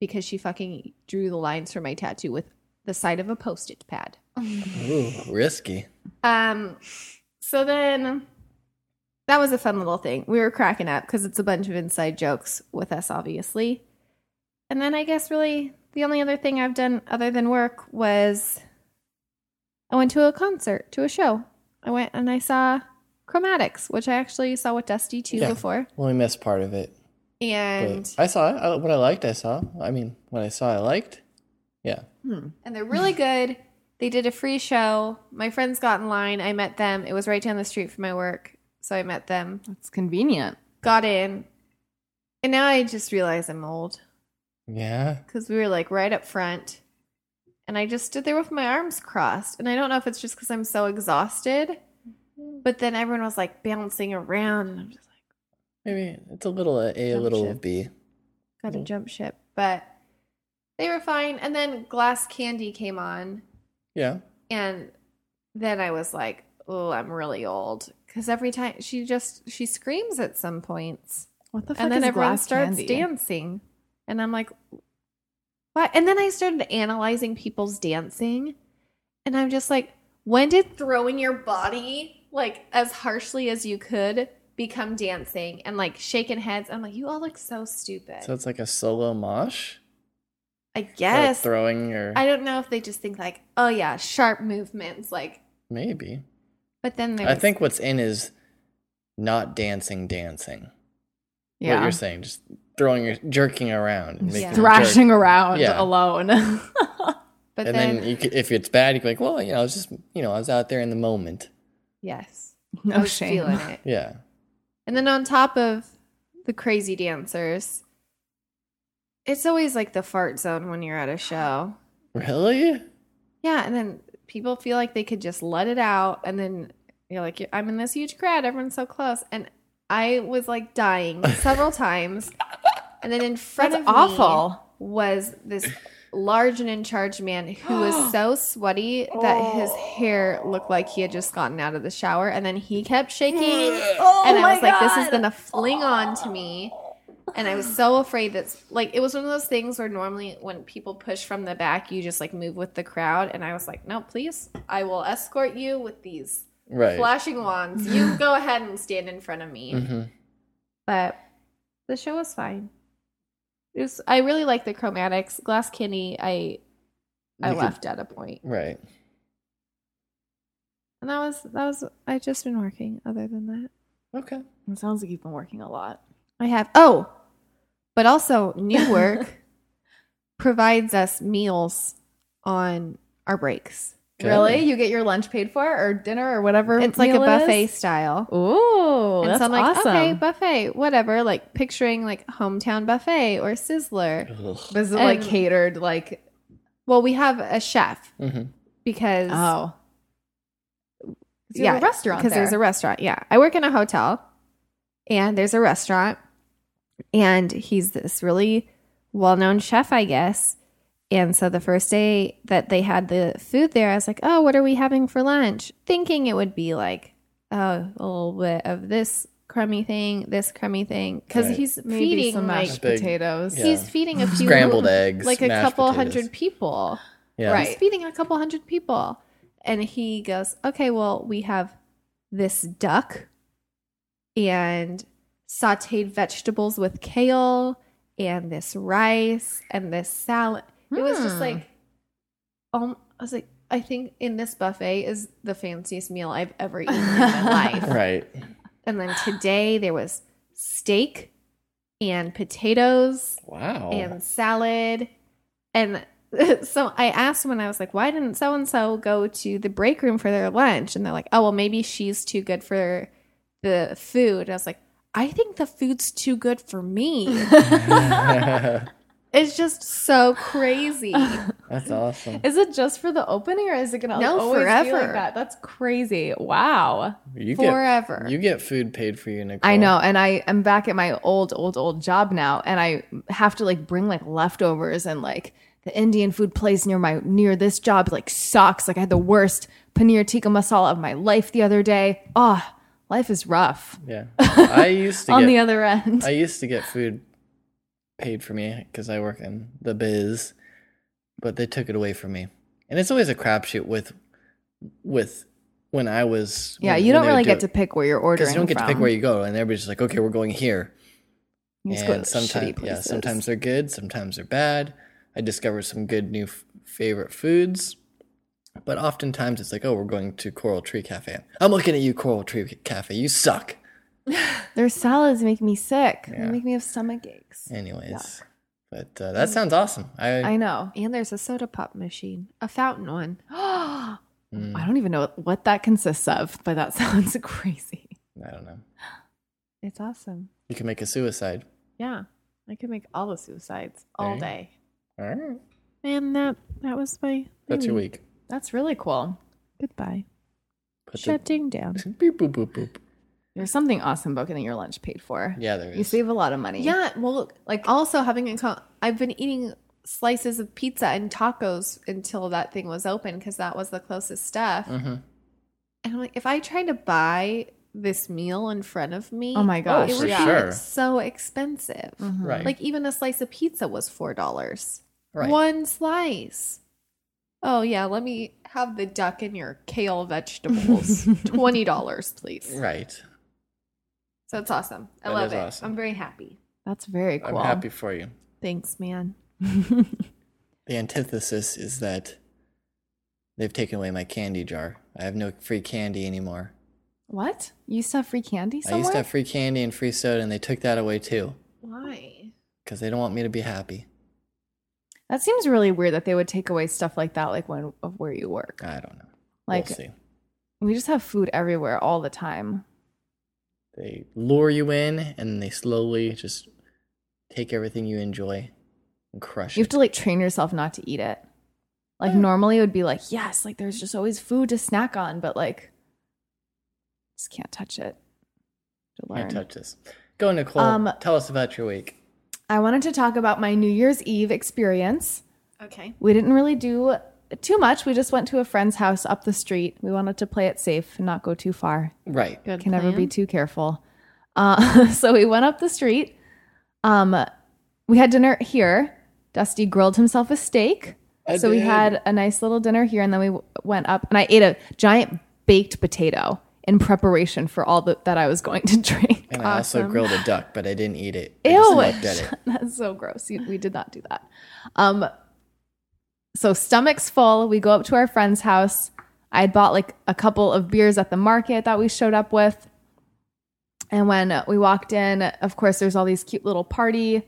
Speaker 3: because she fucking drew the lines for my tattoo with the side of a post it pad.
Speaker 1: Ooh, risky.
Speaker 3: Um, so then that was a fun little thing. We were cracking up because it's a bunch of inside jokes with us, obviously. And then I guess really the only other thing I've done other than work was I went to a concert, to a show. I went and I saw Chromatics, which I actually saw with Dusty too
Speaker 1: Yeah.
Speaker 3: before.
Speaker 1: Well, we missed part of it. but
Speaker 3: And
Speaker 1: I saw it. I, what I liked, I saw. I mean, what I saw, I liked. Yeah.
Speaker 3: and they're really good. They did a free show. My friends got in line. I met them. It was right down the street from my work. So I met them.
Speaker 2: It's convenient.
Speaker 3: got in. And now I just realize I'm old
Speaker 1: Yeah.
Speaker 3: because we were like right up front. And I just stood there with my arms crossed. And I don't know if it's just because I'm so exhausted, but then everyone was like bouncing around. And I'm just like,
Speaker 1: Maybe it's a little uh, A, a
Speaker 3: Jump
Speaker 1: little
Speaker 3: ship.
Speaker 1: B.
Speaker 3: gotta jump ship. But they were fine. And then Glass Candy came on.
Speaker 1: Yeah.
Speaker 3: And then I was like, oh, I'm really old. Because every time she just, she screams at some points.
Speaker 2: What the fuck?
Speaker 3: and then
Speaker 2: is
Speaker 3: everyone
Speaker 2: glass
Speaker 3: starts
Speaker 2: candy?
Speaker 3: dancing and i'm like what and then i started analyzing people's dancing and i'm just like when did throwing your body like as harshly as you could become dancing and like shaking heads i'm like you all look so stupid
Speaker 1: So it's like a solo mosh.
Speaker 3: i
Speaker 1: Or
Speaker 3: guess
Speaker 1: throwing your
Speaker 3: i don't know if they just think like oh yeah sharp movements like
Speaker 1: maybe.
Speaker 3: but then there's
Speaker 1: I think what's in is not dancing, dancing.
Speaker 2: Yeah.
Speaker 1: What you're saying, just throwing your jerking around, and
Speaker 2: Just
Speaker 1: making a jerk.
Speaker 2: thrashing around
Speaker 1: Yeah.
Speaker 3: *laughs*
Speaker 2: alone.
Speaker 3: but
Speaker 1: and
Speaker 3: then,
Speaker 1: then, you could, if it's bad, you can be like, well, you know, I was just, you know, I was out there in the moment.
Speaker 3: yes i
Speaker 2: no
Speaker 3: was feeling
Speaker 2: shame.
Speaker 3: it
Speaker 1: Yeah.
Speaker 3: And then on top of the crazy dancers, it's always like the fart zone when you're at a show.
Speaker 1: Really?
Speaker 3: Yeah, and then people feel like they could just let it out, and then you're like, I'm in this huge crowd, everyone's so close, and I was like dying
Speaker 2: *laughs*
Speaker 3: several times, and then in front
Speaker 2: That's
Speaker 3: of me
Speaker 2: awful.
Speaker 3: was this large and in charge man who was so sweaty that his hair looked like he had just gotten out of the shower, and then he kept shaking, and I was like, this is gonna fling on to me. And I was so afraid that, like, it was one of those things where normally when people push from the back, you just like move with the crowd. And I was like, no, please, I will escort you with these
Speaker 1: Right.
Speaker 3: flashing wands. You go ahead and stand in front of me.
Speaker 1: hmm
Speaker 3: But the show was fine. It was, I really like the chromatics. Glass Candy, I I
Speaker 1: You could-
Speaker 3: left at a point,
Speaker 1: Right.
Speaker 3: and that was that was. I just been working. Other than that,
Speaker 1: Okay.
Speaker 2: It sounds like you've been working a lot.
Speaker 3: I have. Oh, but also *laughs* New Work provides us meals on our breaks.
Speaker 1: Good.
Speaker 2: Really? You get your lunch paid for or dinner or whatever.
Speaker 3: It's like a
Speaker 2: meal it is?
Speaker 3: buffet style.
Speaker 2: Ooh,
Speaker 3: and
Speaker 2: that's
Speaker 3: so I'm like,
Speaker 2: awesome.
Speaker 3: okay, buffet, whatever. Like picturing like hometown buffet or Sizzler.
Speaker 1: Ugh.
Speaker 2: this is like
Speaker 3: and-
Speaker 2: catered, like
Speaker 3: Well, we have a chef
Speaker 1: Mhm.
Speaker 3: because
Speaker 2: oh,
Speaker 3: yeah,
Speaker 2: yeah, a restaurant
Speaker 3: because there's a restaurant. Yeah, I work in a hotel, and there's a restaurant, and he's this really well-known chef, I guess. And so the first day that they had the food there, I was like, "Oh, what are we having for lunch?" Thinking it would be like, "Oh, a little bit of this crummy thing, this crummy thing," because
Speaker 1: Right.
Speaker 3: he's
Speaker 2: maybe
Speaker 3: feeding
Speaker 2: some
Speaker 3: like
Speaker 2: mashed
Speaker 1: Big-
Speaker 2: potatoes.
Speaker 1: yeah.
Speaker 3: he's feeding a few
Speaker 1: Scrambled eggs,
Speaker 3: like a
Speaker 1: mashed
Speaker 3: couple
Speaker 1: potatoes.
Speaker 3: hundred people.
Speaker 1: Yeah.
Speaker 2: Right.
Speaker 3: He's feeding a couple hundred people. And he goes, okay, well, we have this duck and sauteed vegetables with kale and this rice and this salad. It was just
Speaker 2: Hmm.
Speaker 3: like, um, I was like, I think in this buffet is the fanciest meal I've ever eaten
Speaker 2: *laughs*
Speaker 3: in my life.
Speaker 1: Right.
Speaker 3: And then today there was steak and potatoes
Speaker 1: Wow.
Speaker 3: and salad. And *laughs* so I asked when I was like, why didn't so and so go to the break room for their lunch? And they're like, oh, well, maybe she's too good for the food. I was like, I think the food's too good
Speaker 1: *laughs*
Speaker 3: for me. it's just so crazy.
Speaker 1: *laughs*
Speaker 2: *laughs*
Speaker 1: That's awesome.
Speaker 2: Is it just for the opening or is it gonna
Speaker 3: No,
Speaker 2: always be like
Speaker 3: forever.
Speaker 2: that? That's crazy. Wow.
Speaker 1: You get
Speaker 3: *laughs* Forever.
Speaker 1: you get food paid for you, Nicole.
Speaker 2: I know, and I am back at my old, old, old job now, and I have to like bring like leftovers and like the Indian food place near my near this job like sucks. Like I had the worst paneer tikka masala of my life the other day. Oh, life is rough *laughs*
Speaker 1: Yeah. I used to
Speaker 2: on
Speaker 1: get
Speaker 2: the other end.
Speaker 1: I used to get food paid for me because I work in the biz, but they took it away from me, and it's always a crapshoot with with when I was
Speaker 2: yeah,
Speaker 1: when-
Speaker 2: you
Speaker 1: when
Speaker 2: don't
Speaker 1: they would
Speaker 2: really
Speaker 1: do
Speaker 2: get to
Speaker 1: it.
Speaker 2: pick where you're ordering.
Speaker 1: you don't get
Speaker 2: from.
Speaker 1: to pick where you go, and everybody's just like, okay, we're going here.
Speaker 2: You just go
Speaker 1: and
Speaker 2: to shitty
Speaker 1: sometimes, yeah,
Speaker 2: places.
Speaker 1: sometimes they're good, sometimes they're bad. I discovered some good new f- favorite foods, but oftentimes it's like, oh, we're going to Coral Tree Cafe. I'm looking at you, Coral Tree Cafe. You suck.
Speaker 2: their salads make me sick.
Speaker 1: Yeah.
Speaker 2: They make me have stomach aches.
Speaker 1: Anyways, but uh, that sounds awesome. I,
Speaker 2: I know.
Speaker 3: and there's a soda pop machine, a fountain one. *gasps*
Speaker 1: Mm,
Speaker 2: I don't even know what that consists of, but that *laughs* sounds crazy.
Speaker 1: I don't know.
Speaker 3: It's awesome.
Speaker 1: You can make a suicide.
Speaker 3: Yeah. I could make all the suicides all
Speaker 1: Right.
Speaker 3: day.
Speaker 1: All right.
Speaker 3: And that that was my
Speaker 1: That's your week.
Speaker 2: That's really cool.
Speaker 3: Goodbye.
Speaker 1: Put the-
Speaker 3: Shutting down.
Speaker 1: Beep, *laughs* boop, boop, boop.
Speaker 2: There's something awesome about getting your lunch paid for.
Speaker 1: Yeah, there is.
Speaker 2: You save a lot of money.
Speaker 3: Yeah, well, look, like also having a con- I've been eating slices of pizza and tacos until that thing was open because that was the closest stuff.
Speaker 1: hmm
Speaker 3: And I'm like, if I tried to buy this meal in front of me,
Speaker 2: Oh my gosh.
Speaker 3: it
Speaker 1: for
Speaker 3: would be
Speaker 1: sure. Mm-hmm.
Speaker 3: so expensive.
Speaker 2: Mhm.
Speaker 1: Right.
Speaker 3: Like even a slice of pizza was four dollars.
Speaker 1: right.
Speaker 3: One slice. Oh yeah, let me have the duck and your
Speaker 1: *laughs*
Speaker 3: kale vegetables. Twenty dollars, please.
Speaker 1: Right.
Speaker 3: So it's awesome. I
Speaker 1: That
Speaker 3: love
Speaker 1: is
Speaker 3: it.
Speaker 1: awesome.
Speaker 3: I'm very happy.
Speaker 2: That's very cool.
Speaker 1: I'm
Speaker 2: *laughs*
Speaker 1: happy for you.
Speaker 3: Thanks, man.
Speaker 1: The antithesis is that they've taken away my candy jar. I have no free candy anymore.
Speaker 2: What? You used to have free candy somewhere?
Speaker 1: I used to have free candy and free soda, and they took that away too
Speaker 3: Why?
Speaker 1: because they don't want me to be happy.
Speaker 2: that seems really weird that they would take away stuff like that, like when of where you work.
Speaker 1: I don't know.
Speaker 2: Like
Speaker 1: we'll see.
Speaker 2: we just have food everywhere all the time.
Speaker 1: They lure you in, and they slowly just take everything you enjoy and crush
Speaker 2: You have
Speaker 1: it.
Speaker 2: to like train yourself not to eat it. Like normally it would be like, yes, like there's just always food to snack on, but like just can't touch it. To
Speaker 1: Can't
Speaker 2: learn.
Speaker 1: touch this. Go, Nicole.
Speaker 2: Um,
Speaker 1: tell us about your week.
Speaker 2: I wanted to talk about my New Year's Eve experience.
Speaker 3: Okay.
Speaker 2: We didn't really do too much. We just went to a friend's house up the street. We wanted to play it safe and not go too far.
Speaker 1: Right.
Speaker 3: Good.
Speaker 2: Can never be too careful. Uh, *laughs* so we went up the street. Um, we had dinner here. Dusty grilled himself a steak.
Speaker 1: I
Speaker 2: so we
Speaker 1: did.
Speaker 2: had a nice little dinner here, and then we w- went up and I ate a giant baked potato in preparation for all the, that I was going to *laughs* drink.
Speaker 1: And I also grilled a duck, but I didn't eat it. I
Speaker 2: Ew,
Speaker 1: just looked at
Speaker 2: *laughs*
Speaker 1: it.
Speaker 2: that's so gross. You- We did not do that. Um, so stomachs full. We go up to our friend's house. I had bought like a couple of beers at the market that we showed up with. And when we walked in, of course, there's all these cute little party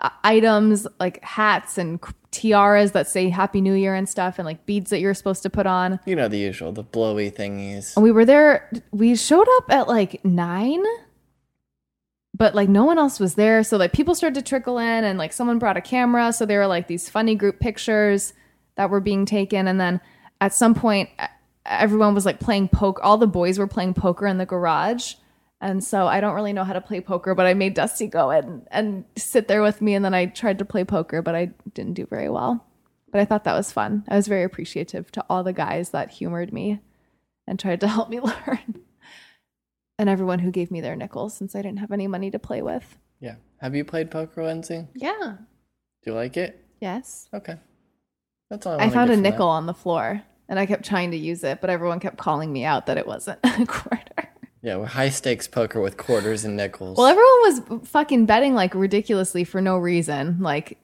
Speaker 2: uh, items like hats and tiaras that say Happy New Year and stuff, and like beads that you're supposed to put on.
Speaker 1: You know the usual, the blowy thingies.
Speaker 2: And we were there. We showed up at like nine, but like no one else was there. So like people started to trickle in, and like someone brought a camera. So there were like these funny group pictures that were being taken. And then at some point, e- everyone was like playing poker. All the boys were playing poker in the garage. And so I don't really know how to play poker, but I made Dusty go and, and sit there with me. And then I tried to play poker, but I didn't do very well. But I thought that was fun. I was very appreciative to all the guys that humored me and tried to *laughs* help me learn. And everyone who gave me their nickels since I didn't have any money to play with.
Speaker 1: Yeah. Have you played poker, Lindsay?
Speaker 3: Yeah.
Speaker 1: Do you like it?
Speaker 2: Yes.
Speaker 1: Okay. That's all I,
Speaker 2: I,
Speaker 1: wanna
Speaker 2: found
Speaker 1: get
Speaker 2: a
Speaker 1: from that.
Speaker 2: nickel on the floor and I kept trying to use it, but everyone kept calling me out that it wasn't *laughs* a quarter.
Speaker 1: Yeah, we're high stakes poker with quarters and nickels.
Speaker 2: Well, everyone was fucking betting like ridiculously for no reason. Like,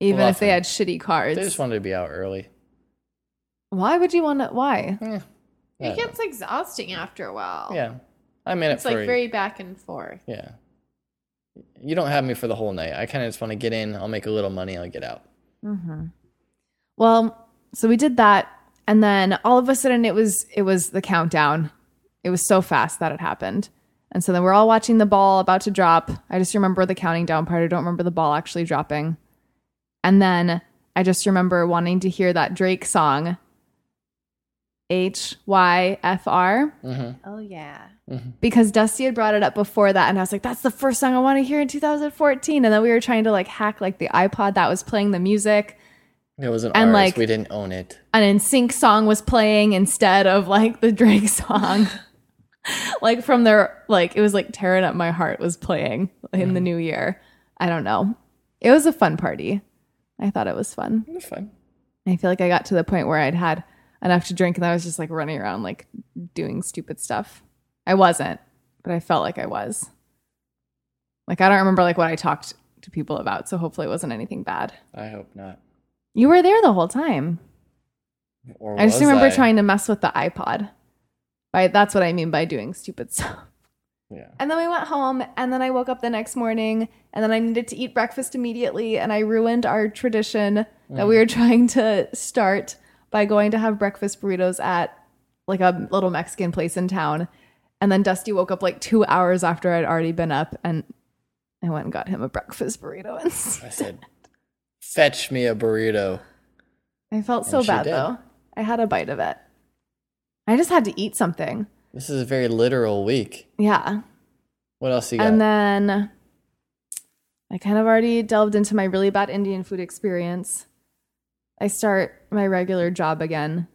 Speaker 2: even if they
Speaker 1: Bluffing.
Speaker 2: had shitty
Speaker 1: they
Speaker 2: cards.
Speaker 1: just wanted to be out early.
Speaker 2: why would you want to? Why?
Speaker 1: Eh, I
Speaker 3: It
Speaker 1: don't
Speaker 3: gets exhausting after a while.
Speaker 1: know. yeah. I'm in
Speaker 3: It's
Speaker 1: it for
Speaker 3: like very back and forth.
Speaker 1: Yeah. You don't have me for the whole night. I kind of just want to get in. I'll make a little money. I'll get out.
Speaker 2: Mm-hmm. Well, so we did that, and then all of a sudden it was it was the countdown. It was so fast that it happened, and so then we're all watching the ball about to drop. I just remember the counting down part. I don't remember the ball actually dropping, and then I just remember wanting to hear that Drake song. H Y F R
Speaker 1: Mm-hmm.
Speaker 3: Oh yeah.
Speaker 2: because Dusty had brought it up before that, and I was like, "That's the first song I want to hear in 2014." And then we were trying to like hack like the iPod that was playing the music,
Speaker 1: It wasn't
Speaker 2: And,
Speaker 1: ours.
Speaker 2: like-
Speaker 1: we didn't own it.
Speaker 2: an NSYNC song was playing instead of like the Drake *laughs* song. like from their like it was like tearing up my heart was playing in the new year. I don't know. It was a fun party. I thought it was fun.
Speaker 1: It was fun.
Speaker 2: I feel like I got to the point where I'd had enough to drink and I was just like running around like doing stupid stuff. I wasn't, but I felt like I was. Like I don't remember like what I talked to people about, so hopefully it wasn't anything bad.
Speaker 1: I hope not.
Speaker 2: You were there the whole time.
Speaker 1: Or
Speaker 2: I just
Speaker 1: was
Speaker 2: remember
Speaker 1: I?
Speaker 2: trying to mess with the iPod. By that's what I mean by doing stupid stuff.
Speaker 1: Yeah.
Speaker 2: And then we went home, and then I woke up the next morning, and then I needed to eat breakfast immediately, and I ruined our tradition that
Speaker 1: Mm.
Speaker 2: we were *laughs* trying to start by going to have breakfast burritos at like a little Mexican place in town. And then Dusty woke up like two hours after I'd already been up, and I went and got him a breakfast burrito. *laughs* And
Speaker 1: I said, fetch me a burrito.
Speaker 2: I felt so
Speaker 1: And she
Speaker 2: bad
Speaker 1: did.
Speaker 2: though. I had a bite of it. I just had to eat something.
Speaker 1: This is a very literal week.
Speaker 2: Yeah.
Speaker 1: What else you got?
Speaker 2: And then I kind of already delved into my really bad Indian food experience. I start my regular job again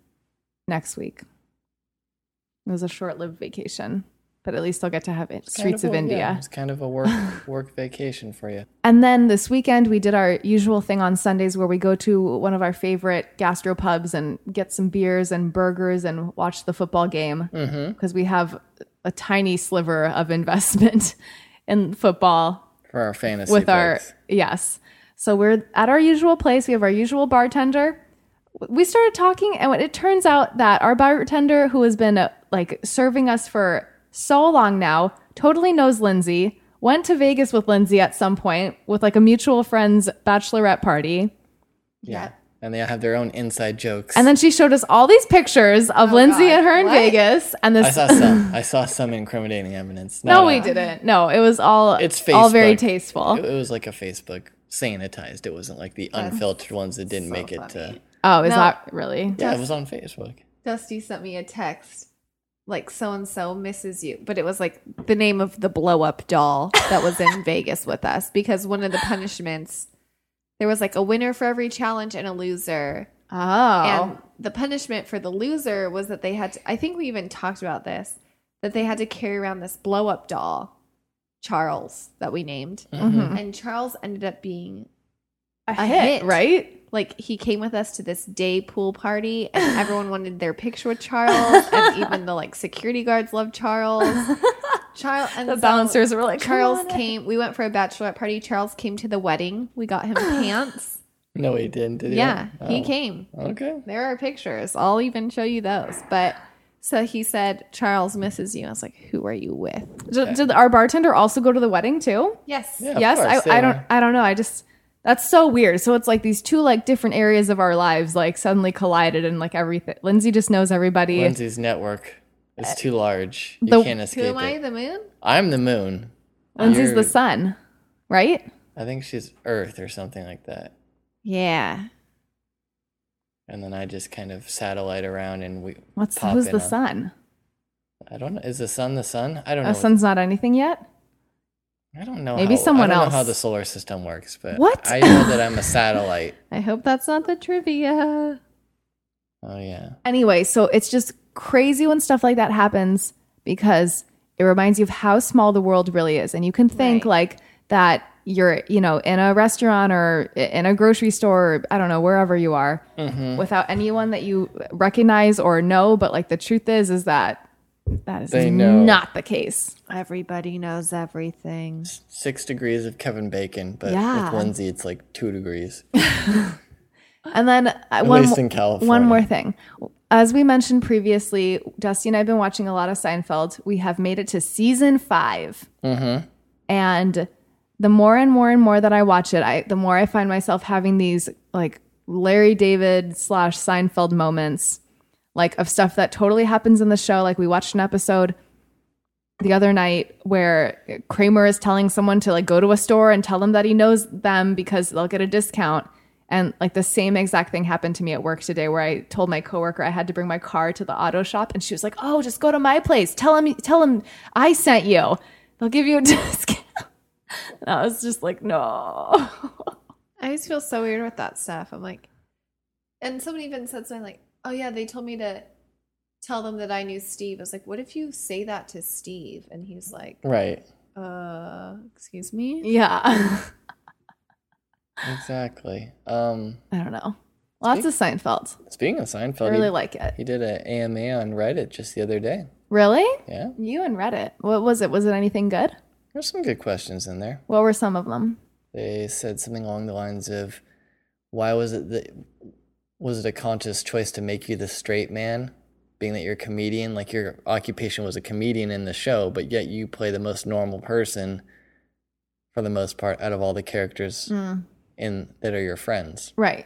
Speaker 2: next week. It was a short-lived vacation, but at least I'll get to have it,
Speaker 1: It's kind
Speaker 2: streets of,
Speaker 1: a- yeah,
Speaker 2: India.
Speaker 1: it's kind of a
Speaker 2: *laughs*
Speaker 1: work work vacation for you.
Speaker 2: And then this weekend we did our usual thing on Sundays where we go to one of our favorite gastro pubs and get some beers and burgers and watch the football game.
Speaker 1: Mm-hmm.
Speaker 2: because we have a tiny sliver of investment *laughs* in football
Speaker 1: For our fantasy.
Speaker 2: with our
Speaker 1: picks.
Speaker 2: yes. So we're at our usual place. We have our usual bartender. We started talking, and it turns out that our bartender, who has been uh, like serving us for so long now, totally knows Lindsay. Went to Vegas with Lindsay at some point with like a mutual friend's bachelorette party.
Speaker 1: yeah. and they have their own inside jokes.
Speaker 2: And then she showed us all these pictures of Lindsay
Speaker 3: Oh, God.
Speaker 2: and her in
Speaker 3: What?
Speaker 2: Vegas. And
Speaker 1: I
Speaker 2: this
Speaker 1: saw some. I saw some incriminating evidence.
Speaker 2: No, we didn't. No, it was all
Speaker 1: It's
Speaker 2: all very
Speaker 1: Facebook.
Speaker 2: tasteful.
Speaker 1: It, it was like a Facebook sanitized. It wasn't like the
Speaker 3: That's
Speaker 1: unfiltered ones that didn't
Speaker 3: so
Speaker 1: make it to.
Speaker 3: funny.
Speaker 2: Oh, is
Speaker 3: No.
Speaker 2: that really?
Speaker 1: Yeah, it was on Facebook.
Speaker 3: Dusty sent me a text like so and so misses you, but it was like the name of the blow up doll that was
Speaker 2: *laughs*
Speaker 3: in Vegas with us because one of the punishments there was like a winner for every challenge and a loser.
Speaker 2: Oh.
Speaker 3: And the punishment for the loser was that they had to, I think we even talked about this that they had to carry around this blow up doll, Charles, that we named.
Speaker 2: Mhm.
Speaker 3: And Charles ended up being
Speaker 2: a,
Speaker 3: a
Speaker 2: hit,
Speaker 3: hit.
Speaker 2: right?
Speaker 3: like he came with us to this day pool party
Speaker 2: *laughs*
Speaker 3: and everyone wanted their picture with Charles and even the like security guards
Speaker 2: *laughs*
Speaker 3: loved Charles. Charles and
Speaker 2: The
Speaker 3: so
Speaker 2: bouncers were like,
Speaker 3: Charles
Speaker 2: "Come on in."
Speaker 3: came we went for a bachelorette party. Charles came to the wedding.
Speaker 2: *gasps*
Speaker 3: We got him pants.
Speaker 1: No, he didn't. Did he?
Speaker 3: yeah, he
Speaker 1: Oh,
Speaker 3: came.
Speaker 1: Okay.
Speaker 3: There are pictures. I'll even show you those. But so he said Charles misses you. I was like, "Who are you with?"
Speaker 2: Did, did our bartender also go to the wedding too?
Speaker 3: Yes.
Speaker 1: Yeah, of
Speaker 2: yes,
Speaker 1: course,
Speaker 2: I, I
Speaker 1: yeah.
Speaker 2: don't. I don't know. I just that's so weird. So it's like these two like different areas of our lives like suddenly collided and like everything. Lindsay just knows everybody.
Speaker 1: Lindsay's network is too large. You
Speaker 2: the-
Speaker 1: can't
Speaker 3: Who
Speaker 1: escape
Speaker 3: am I?
Speaker 1: it.
Speaker 3: The moon?
Speaker 1: I'm the moon.
Speaker 2: Lindsay's the
Speaker 1: You're-
Speaker 2: sun, right?
Speaker 1: I think she's Earth or something like that.
Speaker 3: Yeah.
Speaker 1: And then I just kind of satellite around and we.
Speaker 2: What's
Speaker 1: pop
Speaker 2: who's
Speaker 1: in
Speaker 2: the
Speaker 1: on-
Speaker 2: sun?
Speaker 1: I don't know. Is the sun the sun? I don't know.
Speaker 2: The sun's not anything yet.
Speaker 1: I don't know.
Speaker 2: Maybe
Speaker 1: how,
Speaker 2: someone
Speaker 1: I don't
Speaker 2: else.
Speaker 1: Know how the solar system works, but
Speaker 2: What?
Speaker 1: I know that I'm a satellite.
Speaker 3: I hope that's not the trivia.
Speaker 1: Oh
Speaker 2: *laughs*
Speaker 1: yeah.
Speaker 2: Anyway, so it's just crazy when stuff like that happens because it reminds you of how small the world really is. And you can think
Speaker 3: Right.
Speaker 2: like that you're, you know, in a restaurant or i- in a grocery store, or I don't know, wherever you are,
Speaker 1: Mm-hmm.
Speaker 2: without anyone that you recognize or know. But like the truth is, is that that is
Speaker 1: They know.
Speaker 2: not the case.
Speaker 3: Everybody knows everything.
Speaker 1: Six degrees of Kevin Bacon, but
Speaker 2: Yeah.
Speaker 1: with Lindsay, it's like two degrees.
Speaker 2: And then uh,
Speaker 1: At
Speaker 2: one,
Speaker 1: least in California.
Speaker 2: One more thing. As we mentioned previously, Dusty and I have been watching a lot of Seinfeld. We have made it to season 5 Mm-hmm. And the more and more and more that I watch it, I the more I find myself having these like Larry David slash Seinfeld moments, like of stuff that totally happens in the show. Like we watched an episode the other night where Kramer is telling someone to like go to a store and tell them that he knows them because they'll get a discount. And like the same exact thing happened to me at work today where I told my coworker I had to bring my car to the auto shop and she was like, "Oh, just go to my place. Tell him tell him I sent you. They'll give you a *laughs* discount." And I was just like, "No." *laughs*
Speaker 3: I always feel so weird with that stuff. I'm like, and someone even said something like, "Oh yeah, they told me to tell them that I knew Steve." I was like, "What if you say that to Steve?" And he's like,
Speaker 1: Right.
Speaker 3: "Uh, excuse me."
Speaker 2: Yeah. *laughs*
Speaker 1: Exactly. Um,
Speaker 2: I don't know. Lots of Seinfeld.
Speaker 1: speaking of Seinfeld,
Speaker 2: I
Speaker 1: he-
Speaker 2: really like it.
Speaker 1: he did an AMA on Reddit just the other day.
Speaker 2: Really?
Speaker 1: Yeah.
Speaker 2: You and Reddit. What was it? Was it anything good?
Speaker 1: There's some good questions in there.
Speaker 2: What were some of them?
Speaker 1: They said something along the lines of, "Why was it that was it a conscious choice to make you the straight man, being that you're a comedian? Like your occupation was a comedian in the show, but yet you play the most normal person, for the most part, out of all the characters
Speaker 2: Hmm.
Speaker 1: in that are your friends."
Speaker 2: Right.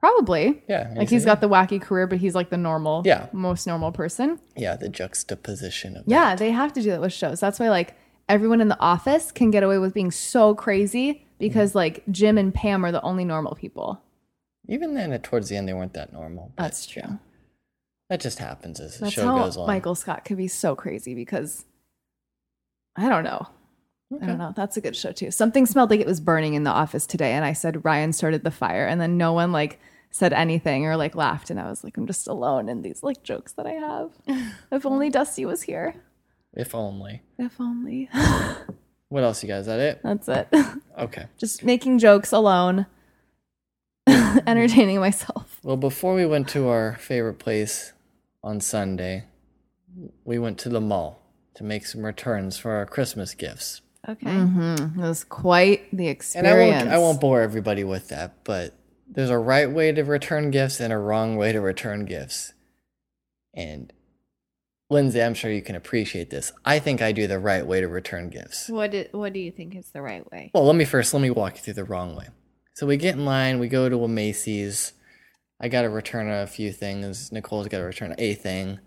Speaker 2: Probably.
Speaker 1: Yeah, and
Speaker 2: Like
Speaker 1: he
Speaker 2: he's
Speaker 1: said,
Speaker 2: got the wacky career, but he's like the normal,
Speaker 1: Yeah.
Speaker 2: most normal person.
Speaker 1: yeah the juxtaposition of
Speaker 2: Yeah, they have to do that with shows. That's why like everyone in the office can get away with being so crazy because like Jim and Pam are the only normal people.
Speaker 1: that. even then uh, towards the end they weren't that normal. But
Speaker 2: That's true.
Speaker 1: that just happens as the
Speaker 2: Uh, That's
Speaker 1: show
Speaker 2: how
Speaker 1: goes on.
Speaker 2: Michael Scott could be so crazy because I don't know. I don't know. That's a good show too. Something smelled like it was burning in the office today, and I said Ryan started the fire, and then no one like said anything or like laughed, and I was like, I'm just alone in these like jokes that I *laughs* have. if only Dusty was here.
Speaker 1: If only.
Speaker 2: If only. *laughs*
Speaker 1: What else, you guys? Is that it?
Speaker 2: That's it. *laughs*
Speaker 1: Okay.
Speaker 2: just making jokes alone, *laughs* entertaining myself.
Speaker 1: Well, before we went to our favorite place on Sunday, we went to the mall to make some returns for our Christmas gifts.
Speaker 3: Okay.
Speaker 2: Mm-hmm. It was quite the
Speaker 1: And
Speaker 2: experience.
Speaker 1: I won't, I won't bore everybody with that, but there's a right way to return gifts and a wrong way to return gifts. And Lindsay, I'm sure you can appreciate this. I think I do the right way to return gifts.
Speaker 3: What do, What do you think is the right way?
Speaker 1: Well, let me first let me walk you through the wrong way. So we get in line, we go to a Macy's. I got to return a few things. Nicole's got to return a thing.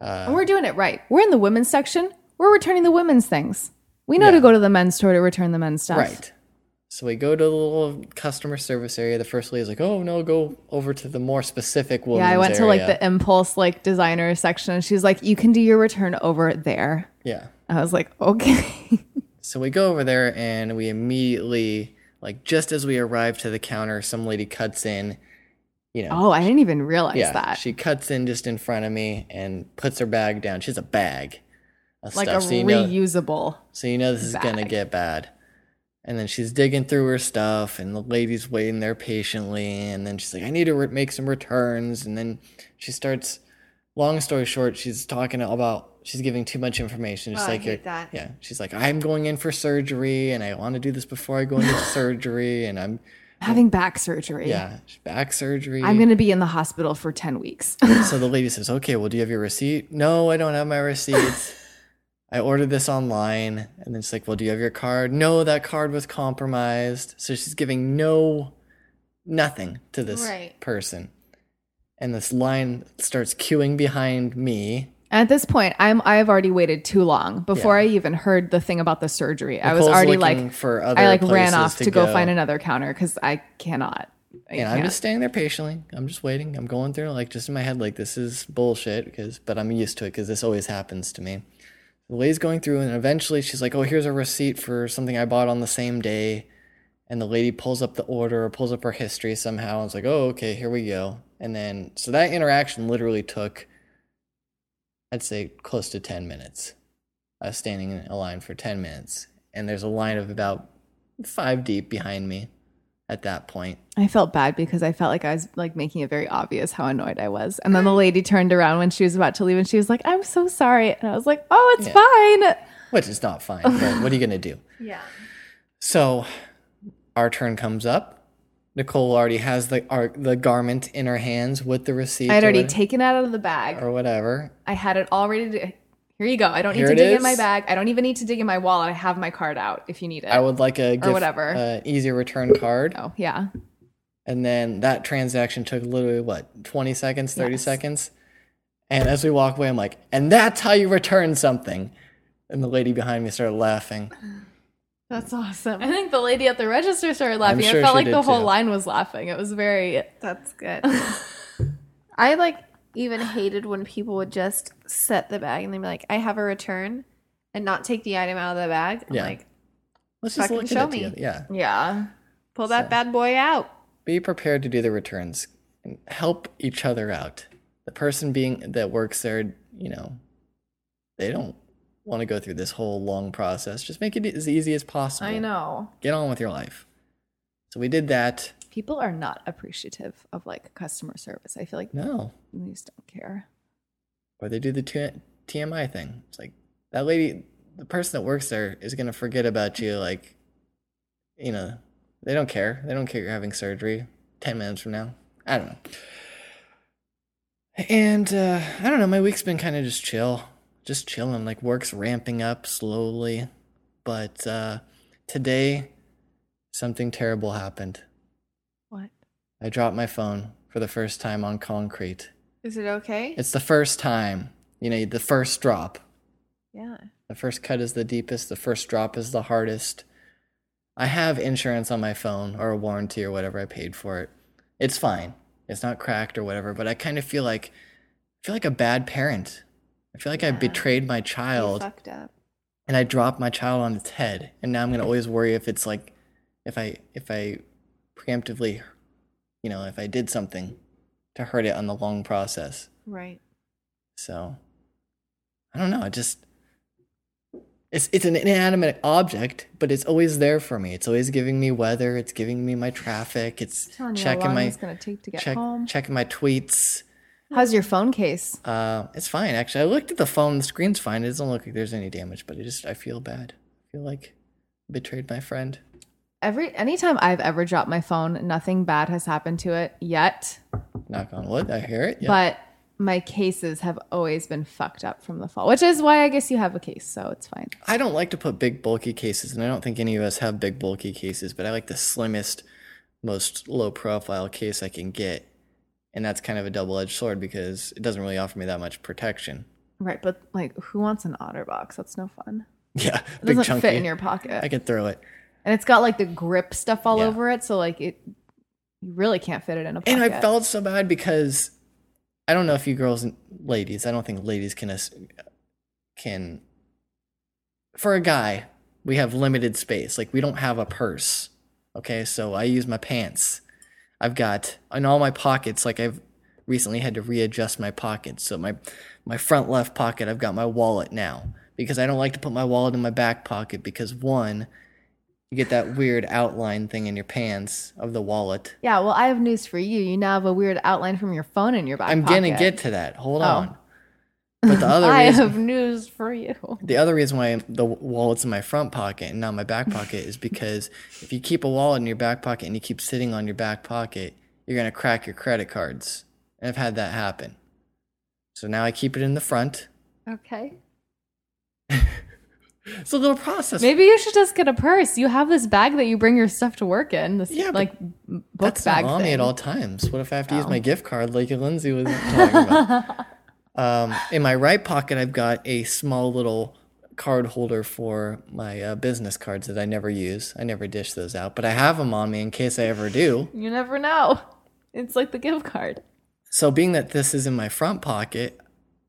Speaker 1: Uh,
Speaker 2: And we're doing it right. We're in the women's section. We're returning the women's things. We know to
Speaker 1: Yeah.
Speaker 2: go to the men's store to return the men's stuff.
Speaker 1: Right. So we go to the little customer service area. The first lady's like, "Oh no, go over to the more specific woman's
Speaker 2: Yeah, I went to like
Speaker 1: area."
Speaker 2: the impulse like designer section and she's like, You can do your return over there.
Speaker 1: yeah.
Speaker 2: I was like, Okay. *laughs*
Speaker 1: So we go over there and we immediately like just as we arrive to the counter, some lady cuts in. You know,
Speaker 2: oh, I didn't even realize
Speaker 1: yeah,
Speaker 2: that.
Speaker 1: she cuts in just in front of me and puts her bag down. She has a bag of
Speaker 2: like
Speaker 1: stuff,
Speaker 2: a
Speaker 1: so you know,
Speaker 2: reusable.
Speaker 1: so you know this is gonna
Speaker 2: bag.
Speaker 1: get bad. And then she's digging through her stuff, and the lady's waiting there patiently. And then she's like, "I need to re- make some returns." And then she starts. Long story short, she's talking about she's giving too much information. Just
Speaker 3: Oh, I
Speaker 1: like
Speaker 3: hate
Speaker 1: you're-
Speaker 3: that.
Speaker 1: yeah, she's like, "I'm going in for surgery, and I want to do this before I go
Speaker 2: *sighs*
Speaker 1: into surgery, and I'm
Speaker 2: Having back surgery.
Speaker 1: yeah back surgery."
Speaker 2: I'm going to be in the hospital for 10 weeks. *laughs*
Speaker 1: so the lady says, "Okay, well, do you have your receipt?" No, I don't have my
Speaker 2: *laughs*
Speaker 1: receipts. I ordered this online, and then she's like, "Well, do you have your card?" No, that card was compromised. So she's giving no, nothing to this
Speaker 3: Right.
Speaker 1: person, and this line starts queuing behind me.
Speaker 2: At this point, I'm I've already waited too long before I even heard the thing about the surgery. I was
Speaker 1: Nicole's
Speaker 2: already
Speaker 1: looking
Speaker 2: like
Speaker 1: for other
Speaker 2: I like ran
Speaker 1: places
Speaker 2: off to, go, find another counter cuz I cannot. I
Speaker 1: And I'm
Speaker 2: can't.
Speaker 1: just standing there patiently. I'm just waiting. I'm going through like just in my head, like this is bullshit. Because, but I'm used to it because this always happens to me. The lady's going through, and eventually she's like, "Oh, here's a receipt for something I bought on the same day." And the lady pulls up the order or pulls up her history somehow. And it's like, "Oh, okay, here we go." And then so that interaction literally took, I'd say, close to ten minutes. I was standing in a line for ten minutes, and there's a line of about five deep behind me at that point.
Speaker 2: I felt bad because I felt like I was like making it very obvious how annoyed I was. And then the lady turned around when she was about to leave and she was like, I'm so sorry. And I was like, Oh, it's
Speaker 1: Yeah.
Speaker 2: fine.
Speaker 1: which is not fine. But what are you going to
Speaker 2: *laughs*
Speaker 1: do?
Speaker 3: Yeah.
Speaker 1: So our turn comes up. Nicole already has the our, the garment in her hands with the receipt.
Speaker 2: I had
Speaker 1: or
Speaker 2: already
Speaker 1: what-
Speaker 2: taken it out of the bag.
Speaker 1: or whatever.
Speaker 2: I had it all ready to Here you go. I don't need
Speaker 1: Here
Speaker 2: to
Speaker 1: it
Speaker 2: dig in
Speaker 1: is.
Speaker 2: my bag. I don't even need to dig in my wallet. I have my card out if you need it.
Speaker 1: I would like a gift,
Speaker 2: whatever.
Speaker 1: uh, easy return card.
Speaker 2: oh, yeah.
Speaker 1: And then that transaction took literally what twenty seconds, thirty
Speaker 2: Yes.
Speaker 1: seconds. And as we walk away, I'm like, and that's how you return something. And the lady behind me started laughing.
Speaker 2: That's awesome. I think the lady at the register started laughing.
Speaker 1: sure
Speaker 2: I felt
Speaker 1: she
Speaker 2: like the
Speaker 1: did,
Speaker 2: whole
Speaker 1: too.
Speaker 2: line was laughing. It was very
Speaker 3: That's good. *laughs* I like even hated when people would just set the bag and they'd be like, I have a return and not take the item out of the bag. I'm
Speaker 1: Yeah.
Speaker 3: like,
Speaker 1: Let's just
Speaker 3: Fucking
Speaker 1: look at
Speaker 3: show
Speaker 1: it
Speaker 3: me.
Speaker 1: together. Yeah.
Speaker 2: yeah.
Speaker 3: pull that bad boy out.
Speaker 1: be prepared to do the returns and help each other out the person being that works there you know they don't want to go through this whole long process just make it as easy as possible
Speaker 2: I know.
Speaker 1: get on with your life so we did that
Speaker 2: People are not appreciative of like customer service. I feel like
Speaker 1: no
Speaker 2: they just don't care.
Speaker 1: or they do the T- tmi thing it's like that lady the person that works there is going to forget about you like you know they don't care they don't care you're having surgery 10 minutes from now i don't know and uh, i don't know my week's been kind of just chill just chilling like work's ramping up slowly but uh, today something terrible happened
Speaker 2: What?
Speaker 1: i dropped my phone for the first time on concrete
Speaker 3: Is it okay?
Speaker 1: it's the first time you know the first drop
Speaker 3: yeah.
Speaker 1: the first cut is the deepest, the first drop is the hardest. I have insurance on my phone or a warranty or whatever I paid for it. It's fine. It's not cracked or whatever, but I kind of feel like I feel like a bad parent. I feel like I
Speaker 3: Yeah.
Speaker 1: betrayed my
Speaker 3: You
Speaker 1: child
Speaker 3: fucked up.
Speaker 1: and I dropped my child on its head. And now I'm going to always worry if it's like if I if I preemptively you know, if I did something to hurt it on the long process.
Speaker 3: Right.
Speaker 1: So I don't know. It just it's it's an inanimate object, but it's always there for me. It's always giving me weather. It's giving me my traffic. It's
Speaker 2: telling you how
Speaker 1: checking
Speaker 2: long
Speaker 1: my
Speaker 2: it's gonna take to get
Speaker 1: check,
Speaker 2: home.
Speaker 1: checking my tweets.
Speaker 2: How's your phone case?
Speaker 1: Uh, it's fine actually. I looked at the phone. The screen's fine. It doesn't look like there's any damage, but I just I feel bad. I feel like I betrayed my friend.
Speaker 2: Every anytime I've ever dropped my phone, nothing bad has happened to it yet.
Speaker 1: Knock on wood. I hear it. Yeah.
Speaker 2: But my cases have always been fucked up from the fall, which is why I guess you have a case, so it's fine.
Speaker 1: I don't like to put big bulky cases, and I don't think any of us have big bulky cases, but I like the slimmest, most low profile case I can get. And that's kind of a double edged sword because it doesn't really offer me that much protection. *laughs*
Speaker 2: Right, but like who wants an otter box? That's no fun.
Speaker 1: Yeah.
Speaker 2: It doesn't fit in your pocket.
Speaker 1: I could throw it.
Speaker 2: and it's got like the grip stuff all
Speaker 1: Yeah.
Speaker 2: over it. So like it, you really can't fit it in a pocket.
Speaker 1: And I felt so bad because I don't know if you girls and ladies, I don't think ladies can as- can for a guy, we have limited space. Like we don't have a purse. Okay? So I use my pants. I've got in all my pockets like I've recently had to readjust my pockets. So my my front left pocket, I've got my wallet now because I don't like to put my wallet in my back pocket because one you get that weird outline thing in your pants of the wallet.
Speaker 2: yeah. Well, I have news for you. You now have a weird outline from your phone in your back.
Speaker 1: I'm gonna
Speaker 2: pocket.
Speaker 1: get to that. Hold
Speaker 2: Oh.
Speaker 1: on.
Speaker 2: *laughs*
Speaker 1: But the other
Speaker 2: I
Speaker 1: reason,
Speaker 2: have news for you.
Speaker 1: the other reason why the wallet's in my front pocket and not my back pocket is because if you keep a wallet in your back pocket and you keep sitting on your back pocket, you're gonna crack your credit cards. And I've had that happen. So now I keep it in the front.
Speaker 3: Okay.
Speaker 1: It's a little process.
Speaker 2: Maybe you should just get a purse. You have this bag that you bring your stuff to work in. This
Speaker 1: Yeah, but
Speaker 2: like book
Speaker 1: That's
Speaker 2: bag
Speaker 1: not on me
Speaker 2: thing.
Speaker 1: at all times. What if I have to use
Speaker 2: Oh.
Speaker 1: my gift card like Lindsay was talking about? um, in my right pocket, I've got a small little card holder for my uh, business cards that I never use. I never dish those out, but I have them on me in case I ever do.
Speaker 2: You never know. It's like the gift card.
Speaker 1: So, being that this is in my front pocket,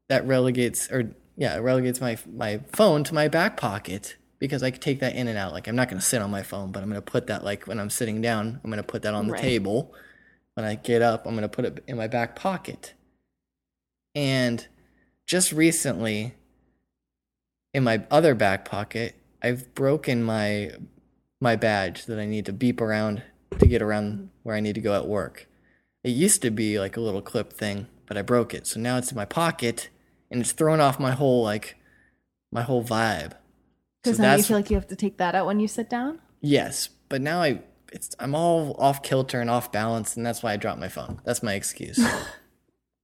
Speaker 1: that relegates or yeah, it relegates my my phone to my back pocket because I can take that in and out. Like I'm not going to sit on my phone, but I'm going to put that like when I'm sitting down, I'm going to put that on the
Speaker 2: Right.
Speaker 1: table. When I get up, I'm going to put it in my back pocket. And just recently in my other back pocket, I've broken my my badge that I need to beep around to get around where I need to go at work. It used to be like a little clip thing, but I broke it. So now it's in my pocket and it's thrown off my whole like my whole vibe.
Speaker 2: Because now you feel like you have to take that out when you sit down.
Speaker 1: yes, but now I it's I'm all off kilter and off balance and that's why I dropped my phone. That's my *laughs* excuse.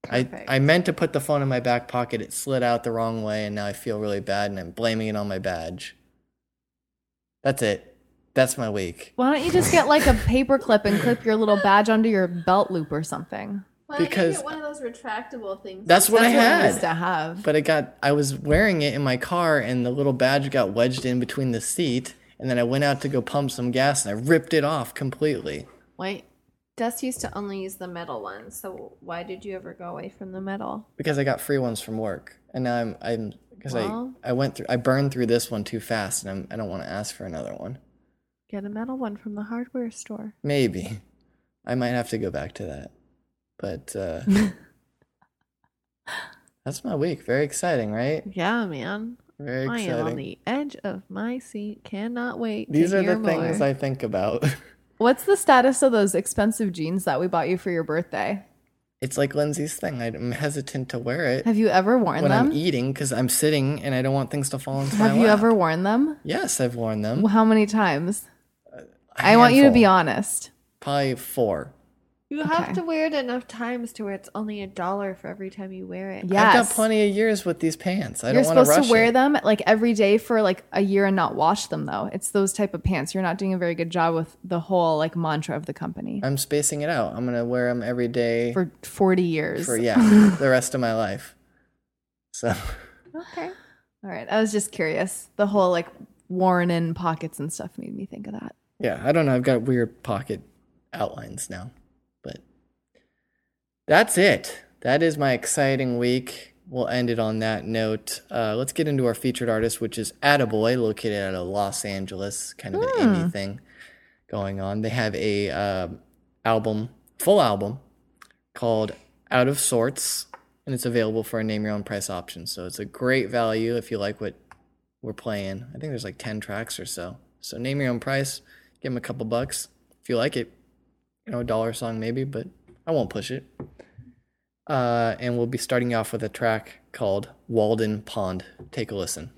Speaker 1: I
Speaker 3: Perfect.
Speaker 1: I meant to put the phone in my back pocket. It slid out the wrong way and now I feel really bad and I'm blaming it on my badge. That's it. That's my week.
Speaker 2: Why don't you just get like a paper clip and clip your little badge onto your belt loop or something?
Speaker 3: Why don't
Speaker 1: Because-
Speaker 3: you get one of those retractable things?
Speaker 1: That's what I
Speaker 2: That's what I
Speaker 1: had.
Speaker 2: used to have.
Speaker 1: But it got I was wearing it in my car and the little badge got wedged in between the seat and then I went out to go pump some gas and I ripped it off completely.
Speaker 3: Wait. Dust used to only use the metal ones, so why did you ever go away from the metal?
Speaker 1: Because I got free ones from work. And now I'm I'm because
Speaker 3: Well.
Speaker 1: I I went through I burned through this one too fast and I'm I don't want to ask for another one.
Speaker 3: Get a metal one from the hardware store.
Speaker 1: Maybe. I might have to go back to that. But
Speaker 2: *laughs*
Speaker 1: uh That's my week. Very exciting, right?
Speaker 3: Yeah, man.
Speaker 1: Very exciting.
Speaker 3: I am on the edge of my seat. Cannot wait.
Speaker 1: These
Speaker 3: to
Speaker 1: are
Speaker 3: hear
Speaker 1: the things
Speaker 3: more.
Speaker 1: I think about. *laughs*
Speaker 2: What's the status of those expensive jeans that we bought you for your birthday?
Speaker 1: it's like Lindsay's thing. I'm hesitant to wear it.
Speaker 2: Have you ever worn
Speaker 1: when
Speaker 2: them?
Speaker 1: I'm eating because I'm sitting and I don't want things to fall into my
Speaker 2: have you
Speaker 1: lap.
Speaker 2: ever worn them?
Speaker 1: Yes, I've worn them.
Speaker 2: Well, How many times? I want you to be
Speaker 1: Handful.
Speaker 2: honest.
Speaker 1: Probably four.
Speaker 3: You
Speaker 2: Okay.
Speaker 3: have to wear it enough times to where it's only a dollar for every time you wear it.
Speaker 2: Yeah.
Speaker 1: I've
Speaker 2: Yes.
Speaker 1: got plenty of years with these pants. I
Speaker 2: You're
Speaker 1: don't want
Speaker 2: supposed
Speaker 1: to rush
Speaker 2: to wear
Speaker 1: it.
Speaker 2: them like every day for like a year and not wash them though. It's those type of pants. You're not doing a very good job with the whole like mantra of the company
Speaker 1: I'm spacing it out. I'm gonna wear them every day for,
Speaker 2: for 40 years.
Speaker 1: yeah the rest of my life. So
Speaker 3: Okay.
Speaker 2: All right. I was just curious. The whole like worn in pockets and stuff made me think of that.
Speaker 1: yeah, I don't know. I've got weird pocket outlines now, but that's it. That is my exciting week. We'll end it on that note. Uh, let's get into our featured artist, which is Attaboy, located out of Los Angeles, kind of an indie thing going on. They have a uh, album, full album, called Out of Sorts, and it's available for a name your own price option. So it's a great value if you like what we're playing. I think there's like 10 tracks or so. So name your own price, give them a couple bucks. If you like it, you know, a dollar a song maybe, but I won't push it. Uh, and we'll be starting off with a track called Walden Pond. Take a listen.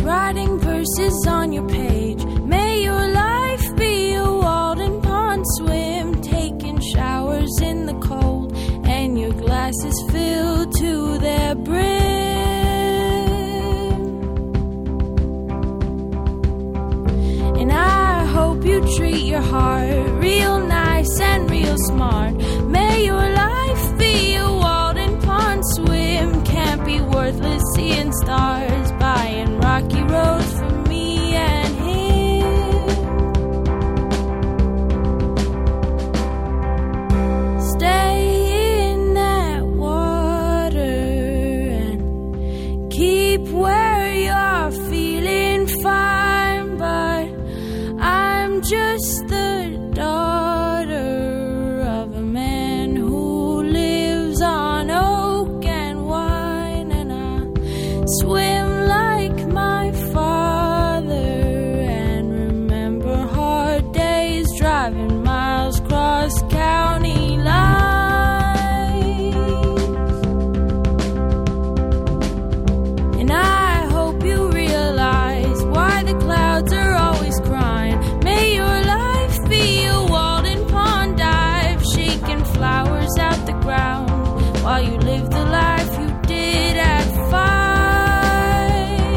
Speaker 4: faces on your page. May your life be a Walden pond swim, taking showers in the cold, and your glasses filled to their brim. And I hope you treat your heart real nice and real smart. May your life be a Walden pond swim. Can't be worthless seeing stars, buying rocky roads for me and him. Stay in that water and keep where you're feeling fine, but I'm just the daughter of a man who lives on oak and wine, and I swim like my father and remember hard days driving miles cross county lines. And I hope you realize why the clouds are always crying. May your life be a Walden pond dive, shaking flowers out the ground while you live the life you did at five.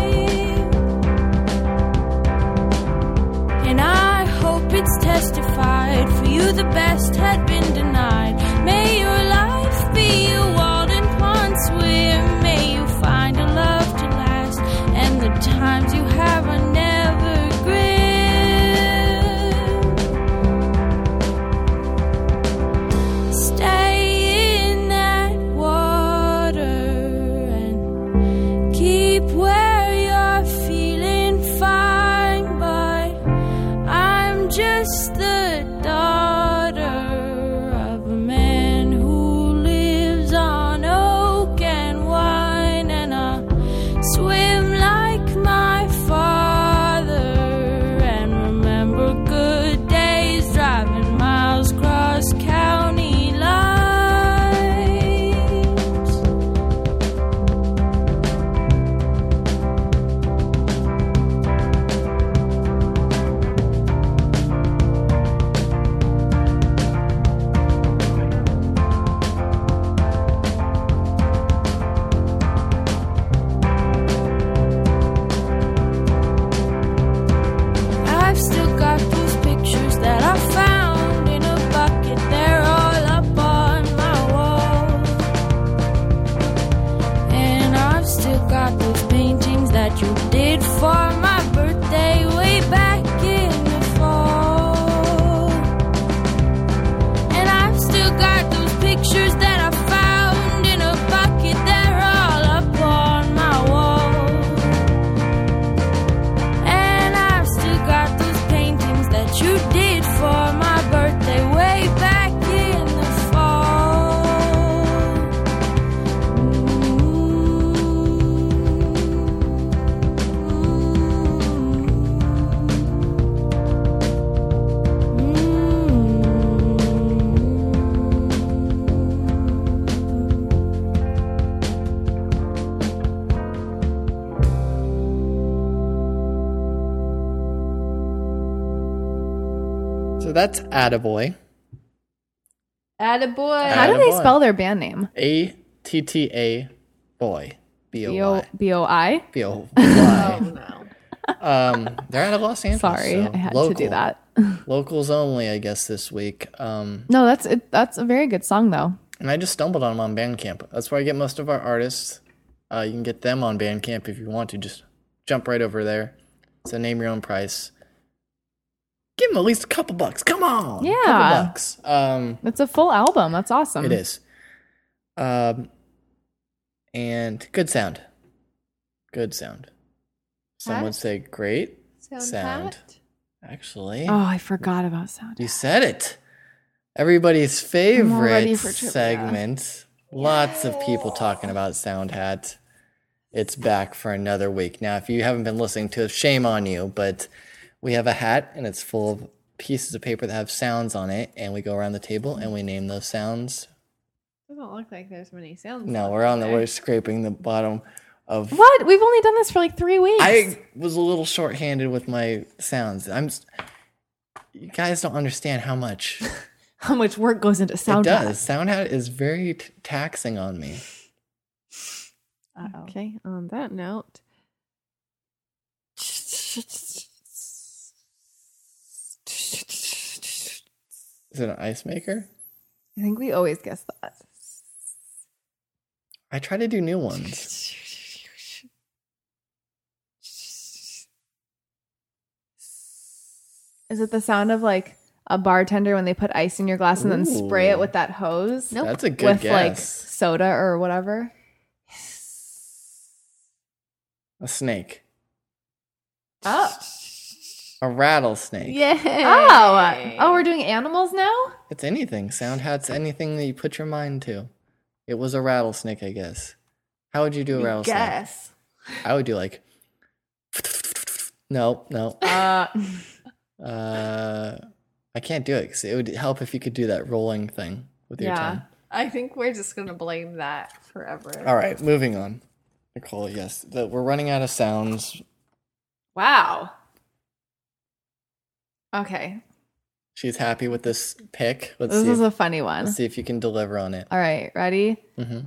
Speaker 4: And I hope it's testified for you the best had been denied. May your life be a Walden pond swim. May you find a love to last, and the times you have are never grim. Stay in that water and Keep where you're feeling fine, but I'm just the daughter of a man who lives on oak and wine, and I swim like my father and remember good days driving miles across county lines. I've still got those pictures that I found in a bucket. They're all up on my wall. And I've still got those paintings that you did for my birthday way back in the fall. And I've still got those pictures that I found in a bucket. They're all up on my wall. And I've still got those paintings that you did for my birthday way back in the fall. Mm. Mm. Mm.
Speaker 1: So that's Attaboy.
Speaker 3: Attaboy.
Speaker 2: How do they
Speaker 1: Attaboy.
Speaker 2: spell their band name?
Speaker 1: A T T A boy. B
Speaker 2: B
Speaker 1: O
Speaker 2: O
Speaker 1: Y.
Speaker 2: B O I.
Speaker 1: B O Y.
Speaker 3: Oh no.
Speaker 1: Um, they're out of Los Angeles.
Speaker 2: Sorry,
Speaker 1: so
Speaker 2: I had to
Speaker 1: uh, local.
Speaker 2: do that.
Speaker 1: Locals only, I guess, this week. Um,
Speaker 2: No, that's it, that's a very good song though.
Speaker 1: and I just stumbled on them on Bandcamp. That's where I get most of our artists. Uh, you can get them on Bandcamp if you want to. Just jump right over there. It's a name your own price. Give them at least a couple bucks. Come on.
Speaker 2: Yeah.
Speaker 1: Couple bucks. Um,
Speaker 2: It's a full album. That's awesome.
Speaker 1: It is. Um, and good sound. Good sound. Some would
Speaker 3: Pat?
Speaker 1: say great.
Speaker 3: Sound.
Speaker 1: Sound.
Speaker 3: pat?
Speaker 1: Actually,
Speaker 2: Oh, I forgot about sound.
Speaker 1: you said it. Everybody's favorite
Speaker 2: for trivia.
Speaker 1: segment. Lots of people talking about Sound Hat. It's back for another week. Now, if you haven't been listening to it, shame on you, but we have a hat and it's full of pieces of paper that have sounds on it, and we go around the table and we name those sounds
Speaker 3: Doesn't look like there's many sounds.
Speaker 1: No,
Speaker 3: left
Speaker 1: we're on the
Speaker 3: there.
Speaker 1: we're scraping the bottom. of
Speaker 2: What? We've only done this for like three weeks.
Speaker 1: I was a little shorthanded with my sounds. I'm. s- You guys don't understand how much
Speaker 2: *laughs* How much work goes into
Speaker 1: it
Speaker 2: sound?
Speaker 1: does. Sound hat is very t- taxing on me.
Speaker 2: Uh-oh.
Speaker 3: Okay, on that note.
Speaker 1: Is it an ice maker?
Speaker 2: I think we always guess that.
Speaker 1: I try to do new ones.
Speaker 2: Is it the sound of like a bartender when they put ice in your glass and then spray it
Speaker 1: Ooh.
Speaker 2: with that hose?
Speaker 3: Nope.
Speaker 1: That's a good
Speaker 2: With like
Speaker 1: guess.
Speaker 2: soda or whatever.
Speaker 1: a snake.
Speaker 2: Oh.
Speaker 1: A rattlesnake.
Speaker 3: Yay.
Speaker 2: Oh. Oh, we're doing animals now?
Speaker 1: It's anything. Sound hat's anything that you put your mind to. It was a rattlesnake, I guess. How would you do a rattlesnake?
Speaker 3: Guess.
Speaker 1: I would do like. No, no.
Speaker 2: *laughs* Uh,
Speaker 1: Uh, I can't do it because it would help if you could do that rolling thing with your
Speaker 2: Yeah.
Speaker 1: tongue.
Speaker 3: I think we're just going to blame that forever.
Speaker 1: All right, moving on. Nicole, yes, the, we're running out of sounds.
Speaker 2: wow.
Speaker 3: Okay.
Speaker 1: She's happy with this pick. Let's
Speaker 2: This
Speaker 1: see.
Speaker 2: is
Speaker 1: If,
Speaker 2: a funny one.
Speaker 1: let's see if you can deliver on it.
Speaker 2: All right, ready?
Speaker 1: hmm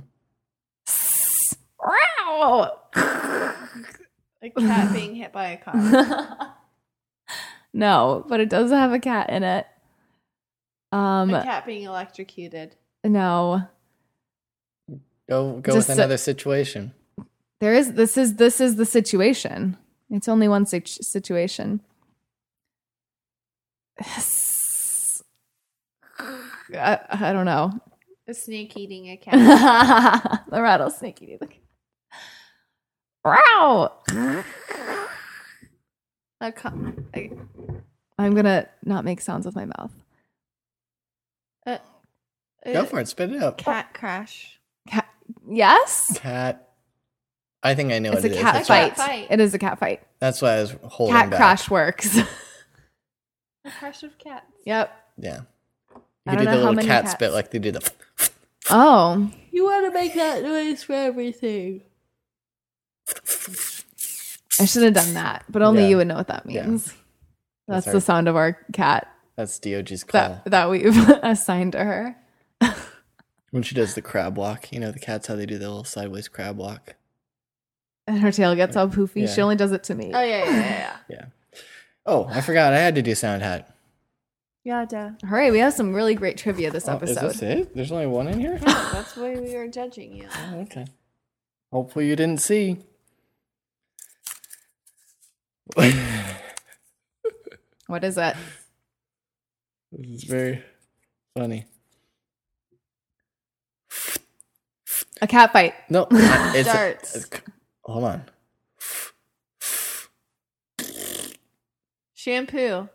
Speaker 2: Wow.
Speaker 3: A cat being hit
Speaker 2: *laughs*
Speaker 3: by a car.
Speaker 2: no, but it does have a cat in it. Um,
Speaker 3: a cat being electrocuted.
Speaker 2: no.
Speaker 1: Go go
Speaker 2: Just
Speaker 1: with
Speaker 2: so-
Speaker 1: another situation.
Speaker 2: There is this is this is the situation. It's only one sit- situation. *sighs* I, I don't know. *laughs*
Speaker 3: A snake eating a cat.
Speaker 2: the rattlesnake eating the cat. Wow.
Speaker 3: a co- a-
Speaker 2: I'm gonna not make sounds with my mouth.
Speaker 3: a
Speaker 1: Go for it. Spit it out.
Speaker 3: Cat crash.
Speaker 2: Cat. Yes,
Speaker 1: Cat. I think I know
Speaker 2: it's
Speaker 1: what
Speaker 2: a
Speaker 1: it is.
Speaker 2: cat
Speaker 1: That's
Speaker 2: fight.
Speaker 1: why-
Speaker 3: cat fight.
Speaker 2: It is a cat fight.
Speaker 1: That's why I was holding
Speaker 2: cat
Speaker 1: back.
Speaker 2: crash works. *laughs*
Speaker 3: A crash of cats.
Speaker 2: yep.
Speaker 1: Yeah.
Speaker 2: I
Speaker 1: You
Speaker 2: don't
Speaker 1: did the
Speaker 2: know how
Speaker 1: little
Speaker 2: many
Speaker 1: cat
Speaker 2: cats.
Speaker 1: spit like they do the. *laughs*
Speaker 2: Oh,
Speaker 3: You want to make that noise for everything.
Speaker 2: I should have done that, but only
Speaker 1: Yeah.
Speaker 2: you would know what that
Speaker 1: Yeah.
Speaker 2: means. That's,
Speaker 1: That's
Speaker 2: the
Speaker 1: our-
Speaker 2: sound of our cat
Speaker 1: That's Dog's call
Speaker 2: that that we've *laughs* assigned to her.
Speaker 1: when she does the crab walk. You know the cats how they do the little sideways crab walk.
Speaker 2: And her tail gets all poofy. She
Speaker 1: Yeah.
Speaker 2: only does it to me.
Speaker 3: Oh, yeah, yeah, yeah.
Speaker 1: Oh,
Speaker 2: *sighs*
Speaker 1: I forgot. I had to do sound hat.
Speaker 3: Yeah, duh.
Speaker 2: All right, we have some really great trivia this
Speaker 1: Oh, is
Speaker 2: episode.
Speaker 1: this it? There's only one in
Speaker 2: *laughs*
Speaker 1: here.
Speaker 3: That's why we were judging you.
Speaker 1: Oh, okay. Hopefully you didn't see.
Speaker 2: What is it?
Speaker 1: It's very funny.
Speaker 2: A cat fight.
Speaker 1: No, uh, it's a-
Speaker 3: Darts.
Speaker 1: it's- hold on.
Speaker 3: Shampoo.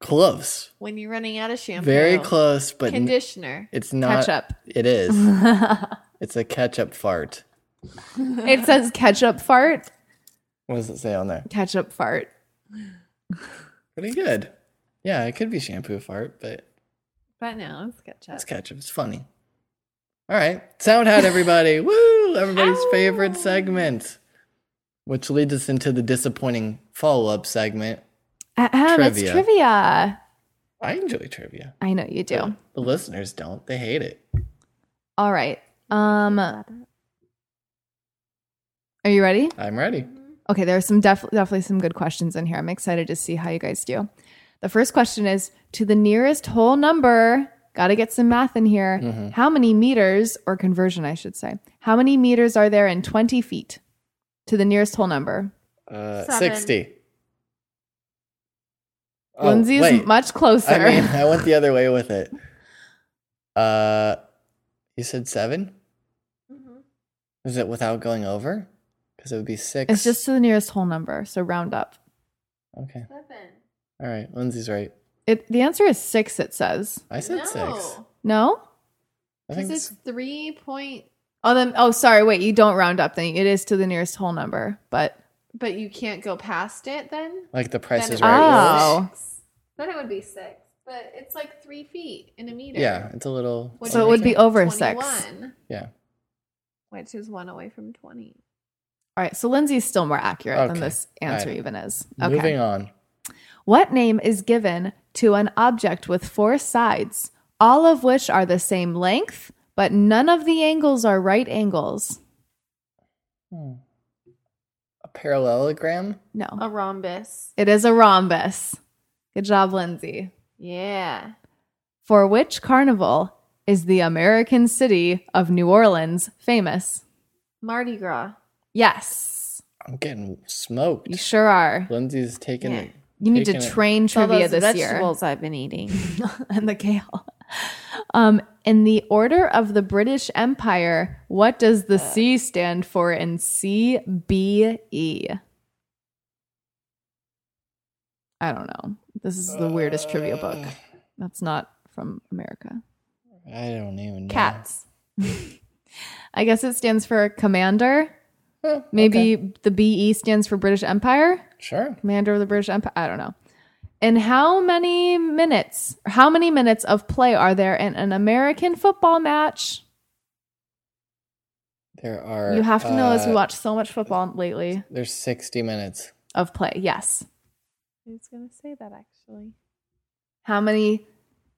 Speaker 1: Close.
Speaker 3: When you're running out of shampoo.
Speaker 1: Very close, but n-
Speaker 3: Conditioner.
Speaker 1: it's not.
Speaker 2: Ketchup.
Speaker 1: It is.
Speaker 2: it
Speaker 1: It's a ketchup fart.
Speaker 2: says ketchup fart.
Speaker 1: What does it say on there?
Speaker 2: Ketchup fart.
Speaker 1: Pretty good. Yeah, it could be shampoo fart, but
Speaker 3: But no, it's ketchup.
Speaker 1: it's ketchup. It's funny. All right. Sound hat, everybody. Woo! Everybody's favorite segment. Which leads us into the disappointing follow up segment.
Speaker 2: Ahem, It's
Speaker 1: Trivia.
Speaker 2: Uh, trivia.
Speaker 1: I enjoy trivia.
Speaker 2: I know you do.
Speaker 1: The listeners don't. They hate it.
Speaker 2: All right. Um, are you ready?
Speaker 1: I'm ready.
Speaker 2: Okay, there are some def- definitely some good questions in here. I'm excited to see how you guys do. The first question is to the nearest whole number. Got to get some math in here.
Speaker 1: Mm-hmm.
Speaker 2: How many meters or conversion, I should say? How many meters are there in 20 feet to the nearest whole number?
Speaker 1: Uh,
Speaker 3: Seven.
Speaker 1: 60. Oh,
Speaker 2: Lindsay is
Speaker 1: wait.
Speaker 2: much closer.
Speaker 1: I mean, *laughs* I went the other way with it. Uh, you said seven? Is it without going over? Because it would be six.
Speaker 2: *laughs* it's just to the nearest whole number, so round up.
Speaker 1: Okay.
Speaker 3: Seven.
Speaker 1: All right. Lindsay's right.
Speaker 2: It the answer is 6 it says.
Speaker 1: I said six. I
Speaker 2: No?
Speaker 3: Because
Speaker 1: think
Speaker 3: it's
Speaker 1: it's
Speaker 3: three point,
Speaker 2: Oh then oh sorry, wait, you don't round up then. It is to the nearest whole number, but
Speaker 3: but you can't go past it then?
Speaker 1: like the price
Speaker 3: Then
Speaker 1: is
Speaker 3: it
Speaker 1: right.
Speaker 2: Oh.
Speaker 1: rules.
Speaker 3: would be six. Then it would be six. But it's like three feet in a meter.
Speaker 1: Yeah. It's a little.
Speaker 3: Which
Speaker 2: So it
Speaker 3: is
Speaker 2: would be over six.
Speaker 3: 21,
Speaker 1: Yeah.
Speaker 3: Which is one away from 20.
Speaker 2: All right, so Lindsay's still more accurate
Speaker 1: Okay.
Speaker 2: than this answer
Speaker 1: All right.
Speaker 2: even is. Okay.
Speaker 1: Moving on.
Speaker 2: What name is given to an object with four sides, all of which are the same length, but none of the angles are right angles?
Speaker 1: A parallelogram?
Speaker 2: No.
Speaker 3: A rhombus.
Speaker 2: It is a rhombus. Good job, Lindsay.
Speaker 3: Yeah.
Speaker 2: For which carnival is the American city of New Orleans famous?
Speaker 3: Mardi Gras.
Speaker 2: Yes,
Speaker 1: I'm getting smoked.
Speaker 2: you sure are.
Speaker 1: Lindsay's taking
Speaker 3: Yeah.
Speaker 1: it.
Speaker 2: You need to
Speaker 1: Taking it.
Speaker 2: train
Speaker 3: All
Speaker 2: trivia
Speaker 3: those
Speaker 2: this
Speaker 3: vegetables I've been eating.
Speaker 2: year. *laughs* and the kale. Um, in the order of the British Empire, what does the C stand for in E? CBE? I don't know. This is the weirdest trivia book. That's not from America.
Speaker 1: I don't even know.
Speaker 2: Cats. *laughs* I guess it stands for commander. Maybe the BE stands for British Empire.
Speaker 1: Sure.
Speaker 2: Commander of the British Empire. I don't know. And how many minutes? How many minutes of play are there in an American football match?
Speaker 1: There are.
Speaker 2: you have to know, as we
Speaker 1: uh,
Speaker 2: watch so much football lately,
Speaker 1: There's 60 minutes.
Speaker 2: of play. Yes.
Speaker 3: I was going to say that actually.
Speaker 2: How many?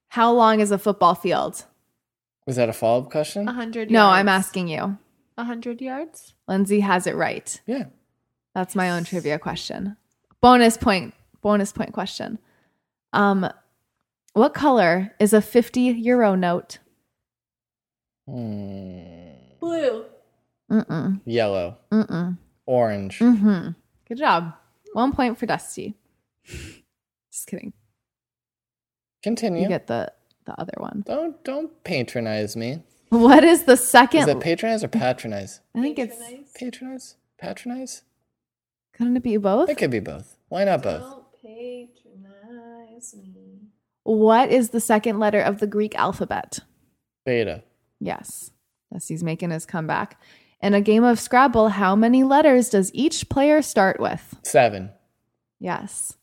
Speaker 2: How long is a football field?
Speaker 1: Was that a follow up question?
Speaker 3: 100
Speaker 2: No,
Speaker 3: yards.
Speaker 2: I'm asking you.
Speaker 3: 100 yards?
Speaker 2: Lindsay has it right.
Speaker 1: Yeah.
Speaker 2: That's my own trivia question. Bonus point. Bonus point question. Um, what color is a 50 euro note?
Speaker 1: Hmm.
Speaker 3: Blue.
Speaker 2: Mm-mm.
Speaker 1: Yellow.
Speaker 2: Mm-mm.
Speaker 1: Orange.
Speaker 2: Mm-hmm. Good job. One point for Dusty. *laughs* Just kidding.
Speaker 1: Continue.
Speaker 2: You get the the other one. *laughs*
Speaker 1: don't don't patronize me.
Speaker 2: What is the
Speaker 1: Is
Speaker 2: second?
Speaker 1: that patronize or patronize?
Speaker 2: I think it's
Speaker 1: Patronize? Patronize?
Speaker 2: couldn't it be both?
Speaker 1: It could be both. Why not both?
Speaker 3: patronize me.
Speaker 2: What is the second letter of the Greek alphabet?
Speaker 1: Beta.
Speaker 2: Yes. Dusty's making his comeback. In a game of Scrabble, how many letters does each player start with?
Speaker 1: Seven.
Speaker 2: Yes.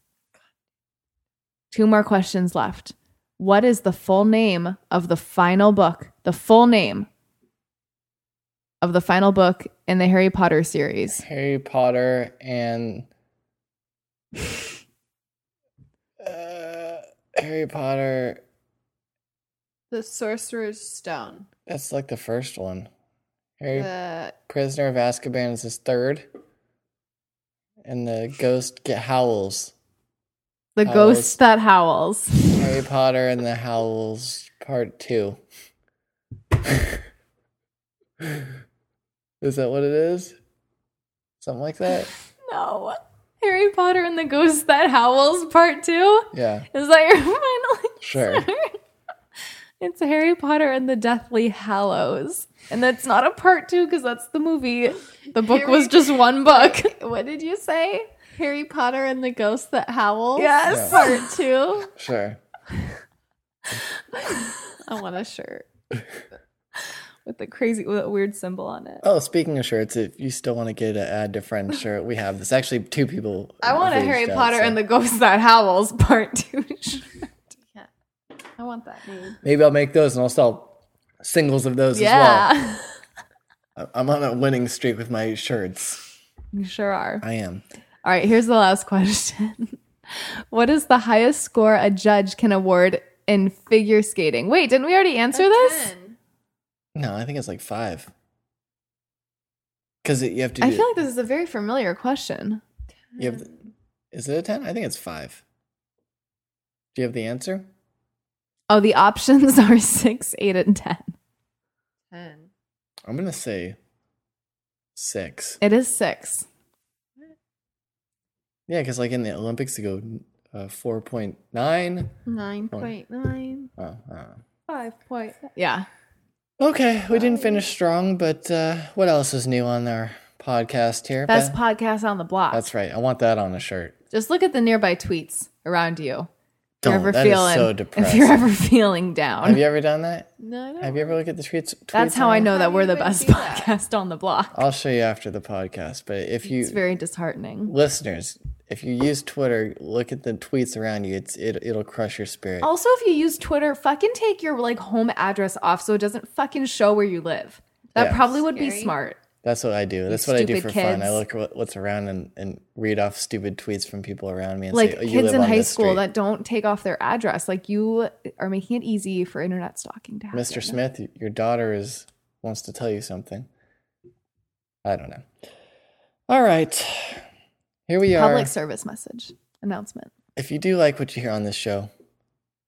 Speaker 2: Two more questions left. What is the full name of the final book? The full name of the final book in the Harry Potter series.
Speaker 1: Harry Potter and uh, Harry Potter.
Speaker 3: The Sorcerer's Stone.
Speaker 1: That's like the first one. Harry
Speaker 3: The
Speaker 1: Prisoner of Azkaban is his third, and the ghost get howls.
Speaker 2: The
Speaker 1: Howls.
Speaker 2: Ghost That Howls.
Speaker 1: Harry Potter and the Howls Part Two. *laughs* is that what it is? Something like that.
Speaker 2: *laughs* No. Harry Potter and the Ghost That Howls Part 2?
Speaker 1: Yeah,
Speaker 2: Is that your *laughs* final?
Speaker 1: sure.
Speaker 2: *laughs* It's Harry Potter and the Deathly Hallows. And that's not a part 2 cuz that's the movie. The book was just *laughs* one book.
Speaker 3: What did you say? Harry Potter and the Ghost That Howls?
Speaker 2: Yes. *laughs*
Speaker 3: Part two.
Speaker 1: Sure.
Speaker 3: I want a shirt.
Speaker 2: *laughs* with the crazy with a weird symbol on it.
Speaker 1: Oh, speaking of shirts, if you still want to get an ad to friend shirt, we have this. Actually, two people.
Speaker 2: I want a
Speaker 1: have
Speaker 2: Harry
Speaker 1: reached out,
Speaker 2: Potter
Speaker 1: so
Speaker 2: and the Ghost That Howls part two. *laughs*
Speaker 3: I want that name.
Speaker 1: Maybe I'll make those and I'll sell singles of those as
Speaker 2: yeah, *laughs*
Speaker 1: well. I- I'm on a winning streak with my shirts.
Speaker 2: you sure are.
Speaker 1: I am.
Speaker 2: All right, here's the last *laughs* question. what is the highest score a judge can award in figure skating? Wait, didn't we already answer this?
Speaker 1: No, I think it's like five. Because you have to. Do,
Speaker 2: I feel like this is a very familiar question.
Speaker 1: you have. Is it a ten? I think it's five. Do you have the answer?
Speaker 2: Oh, the options *laughs* are six, eight, and ten.
Speaker 3: Ten.
Speaker 1: I'm gonna say six.
Speaker 2: It is six.
Speaker 1: Yeah, because like in the Olympics, you go uh, four point nine.
Speaker 3: Nine point nine.
Speaker 1: Oh, I don't know.
Speaker 3: Five point.
Speaker 2: Yeah.
Speaker 1: Okay, we didn't finish strong, but uh, what else is new on our podcast here?
Speaker 2: Best
Speaker 1: Be-
Speaker 2: podcast on the block.
Speaker 1: That's right. I want that on a shirt.
Speaker 2: Just look at the nearby tweets around you. If
Speaker 1: Don't. That is so
Speaker 2: if you're
Speaker 1: depressing.
Speaker 2: ever feeling down.
Speaker 1: Have you ever done that?
Speaker 3: No, I don't.
Speaker 1: Have you ever looked at the tweets?
Speaker 2: That's
Speaker 1: tweets
Speaker 2: how I
Speaker 1: on it?
Speaker 2: know
Speaker 3: How
Speaker 2: that
Speaker 3: do
Speaker 2: we're
Speaker 3: you
Speaker 2: the
Speaker 3: even
Speaker 2: best
Speaker 3: do
Speaker 2: *laughs*
Speaker 3: that?
Speaker 2: podcast on the block.
Speaker 1: I'll show you after the podcast. But if you
Speaker 2: It's very disheartening.
Speaker 1: listeners, if you use Twitter, look at the tweets around you. It's it it'll crush your spirit.
Speaker 2: Also, if you use Twitter, fucking take your like home address off so it doesn't fucking show where you live. That
Speaker 1: Yeah.
Speaker 2: probably would be
Speaker 3: Scary.
Speaker 2: smart.
Speaker 1: That's what I do. That's what I do for
Speaker 3: stupid
Speaker 1: fun. I
Speaker 3: kids.
Speaker 1: look what, what's around and, and read off stupid tweets from people around me and
Speaker 2: like
Speaker 1: say, oh, you
Speaker 2: kids
Speaker 1: live
Speaker 2: in
Speaker 1: on
Speaker 2: high
Speaker 1: this
Speaker 2: school
Speaker 1: street.
Speaker 2: that don't take off their address. Like you are making it easy for internet stalking to happen.
Speaker 1: Mr. Smith, y- your daughter is wants to tell you something. I don't know. All right. Here we are.
Speaker 2: Public service message announcement.
Speaker 1: if you do like what you hear on this show,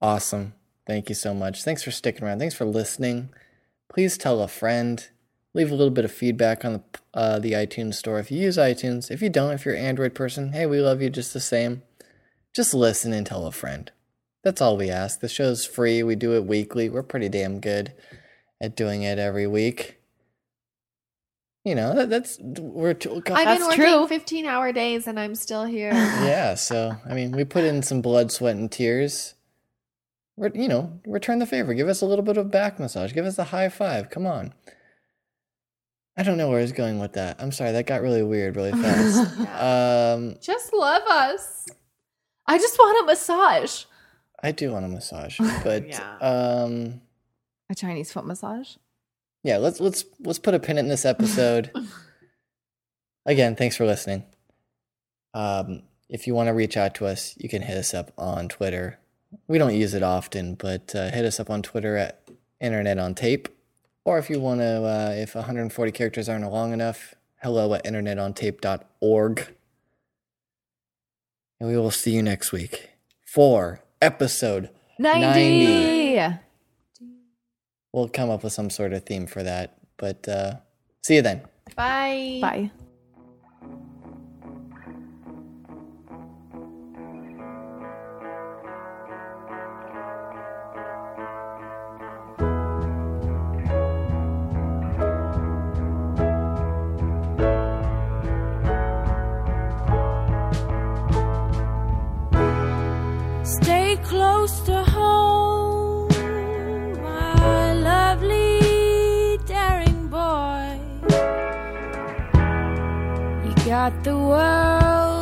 Speaker 1: awesome. Thank you so much. Thanks for sticking around. Thanks for listening. Please tell a friend. Leave a little bit of feedback on the uh, the iTunes store if you use iTunes. If you don't, if you're an Android person, hey, we love you just the same. Just listen and tell a friend. That's all we ask. The show's free. We do it weekly. We're pretty damn good at doing it every week. You know that, that's we're t-
Speaker 3: I've
Speaker 2: That's
Speaker 3: been working
Speaker 2: true.
Speaker 3: 15 hour days and I'm still here.
Speaker 1: *laughs* yeah so i mean we put in some blood sweat and tears Re- you know return the favor give us a little bit of back massage give us a high five come on i don't know where i was going with that i'm sorry that got really weird really
Speaker 2: *laughs*
Speaker 1: fast um
Speaker 3: Just love us.
Speaker 2: I just want a massage.
Speaker 1: i do want a massage but
Speaker 3: Yeah.
Speaker 1: um
Speaker 2: A Chinese foot massage.
Speaker 1: yeah let's let's let's put a pin in this episode again thanks for listening um if you want to reach out to us you can hit us up on twitter we don't use it often but uh, hit us up on twitter at internet on tape or if you want to uh, if 140 characters aren't long enough hello at internetontape.org and we will see you next week for episode
Speaker 2: 90.
Speaker 1: we'll come up with some sort of theme for that but uh, see you then
Speaker 3: Bye.
Speaker 2: Bye.
Speaker 4: Stay close to home, my lovely daring boy. You got the world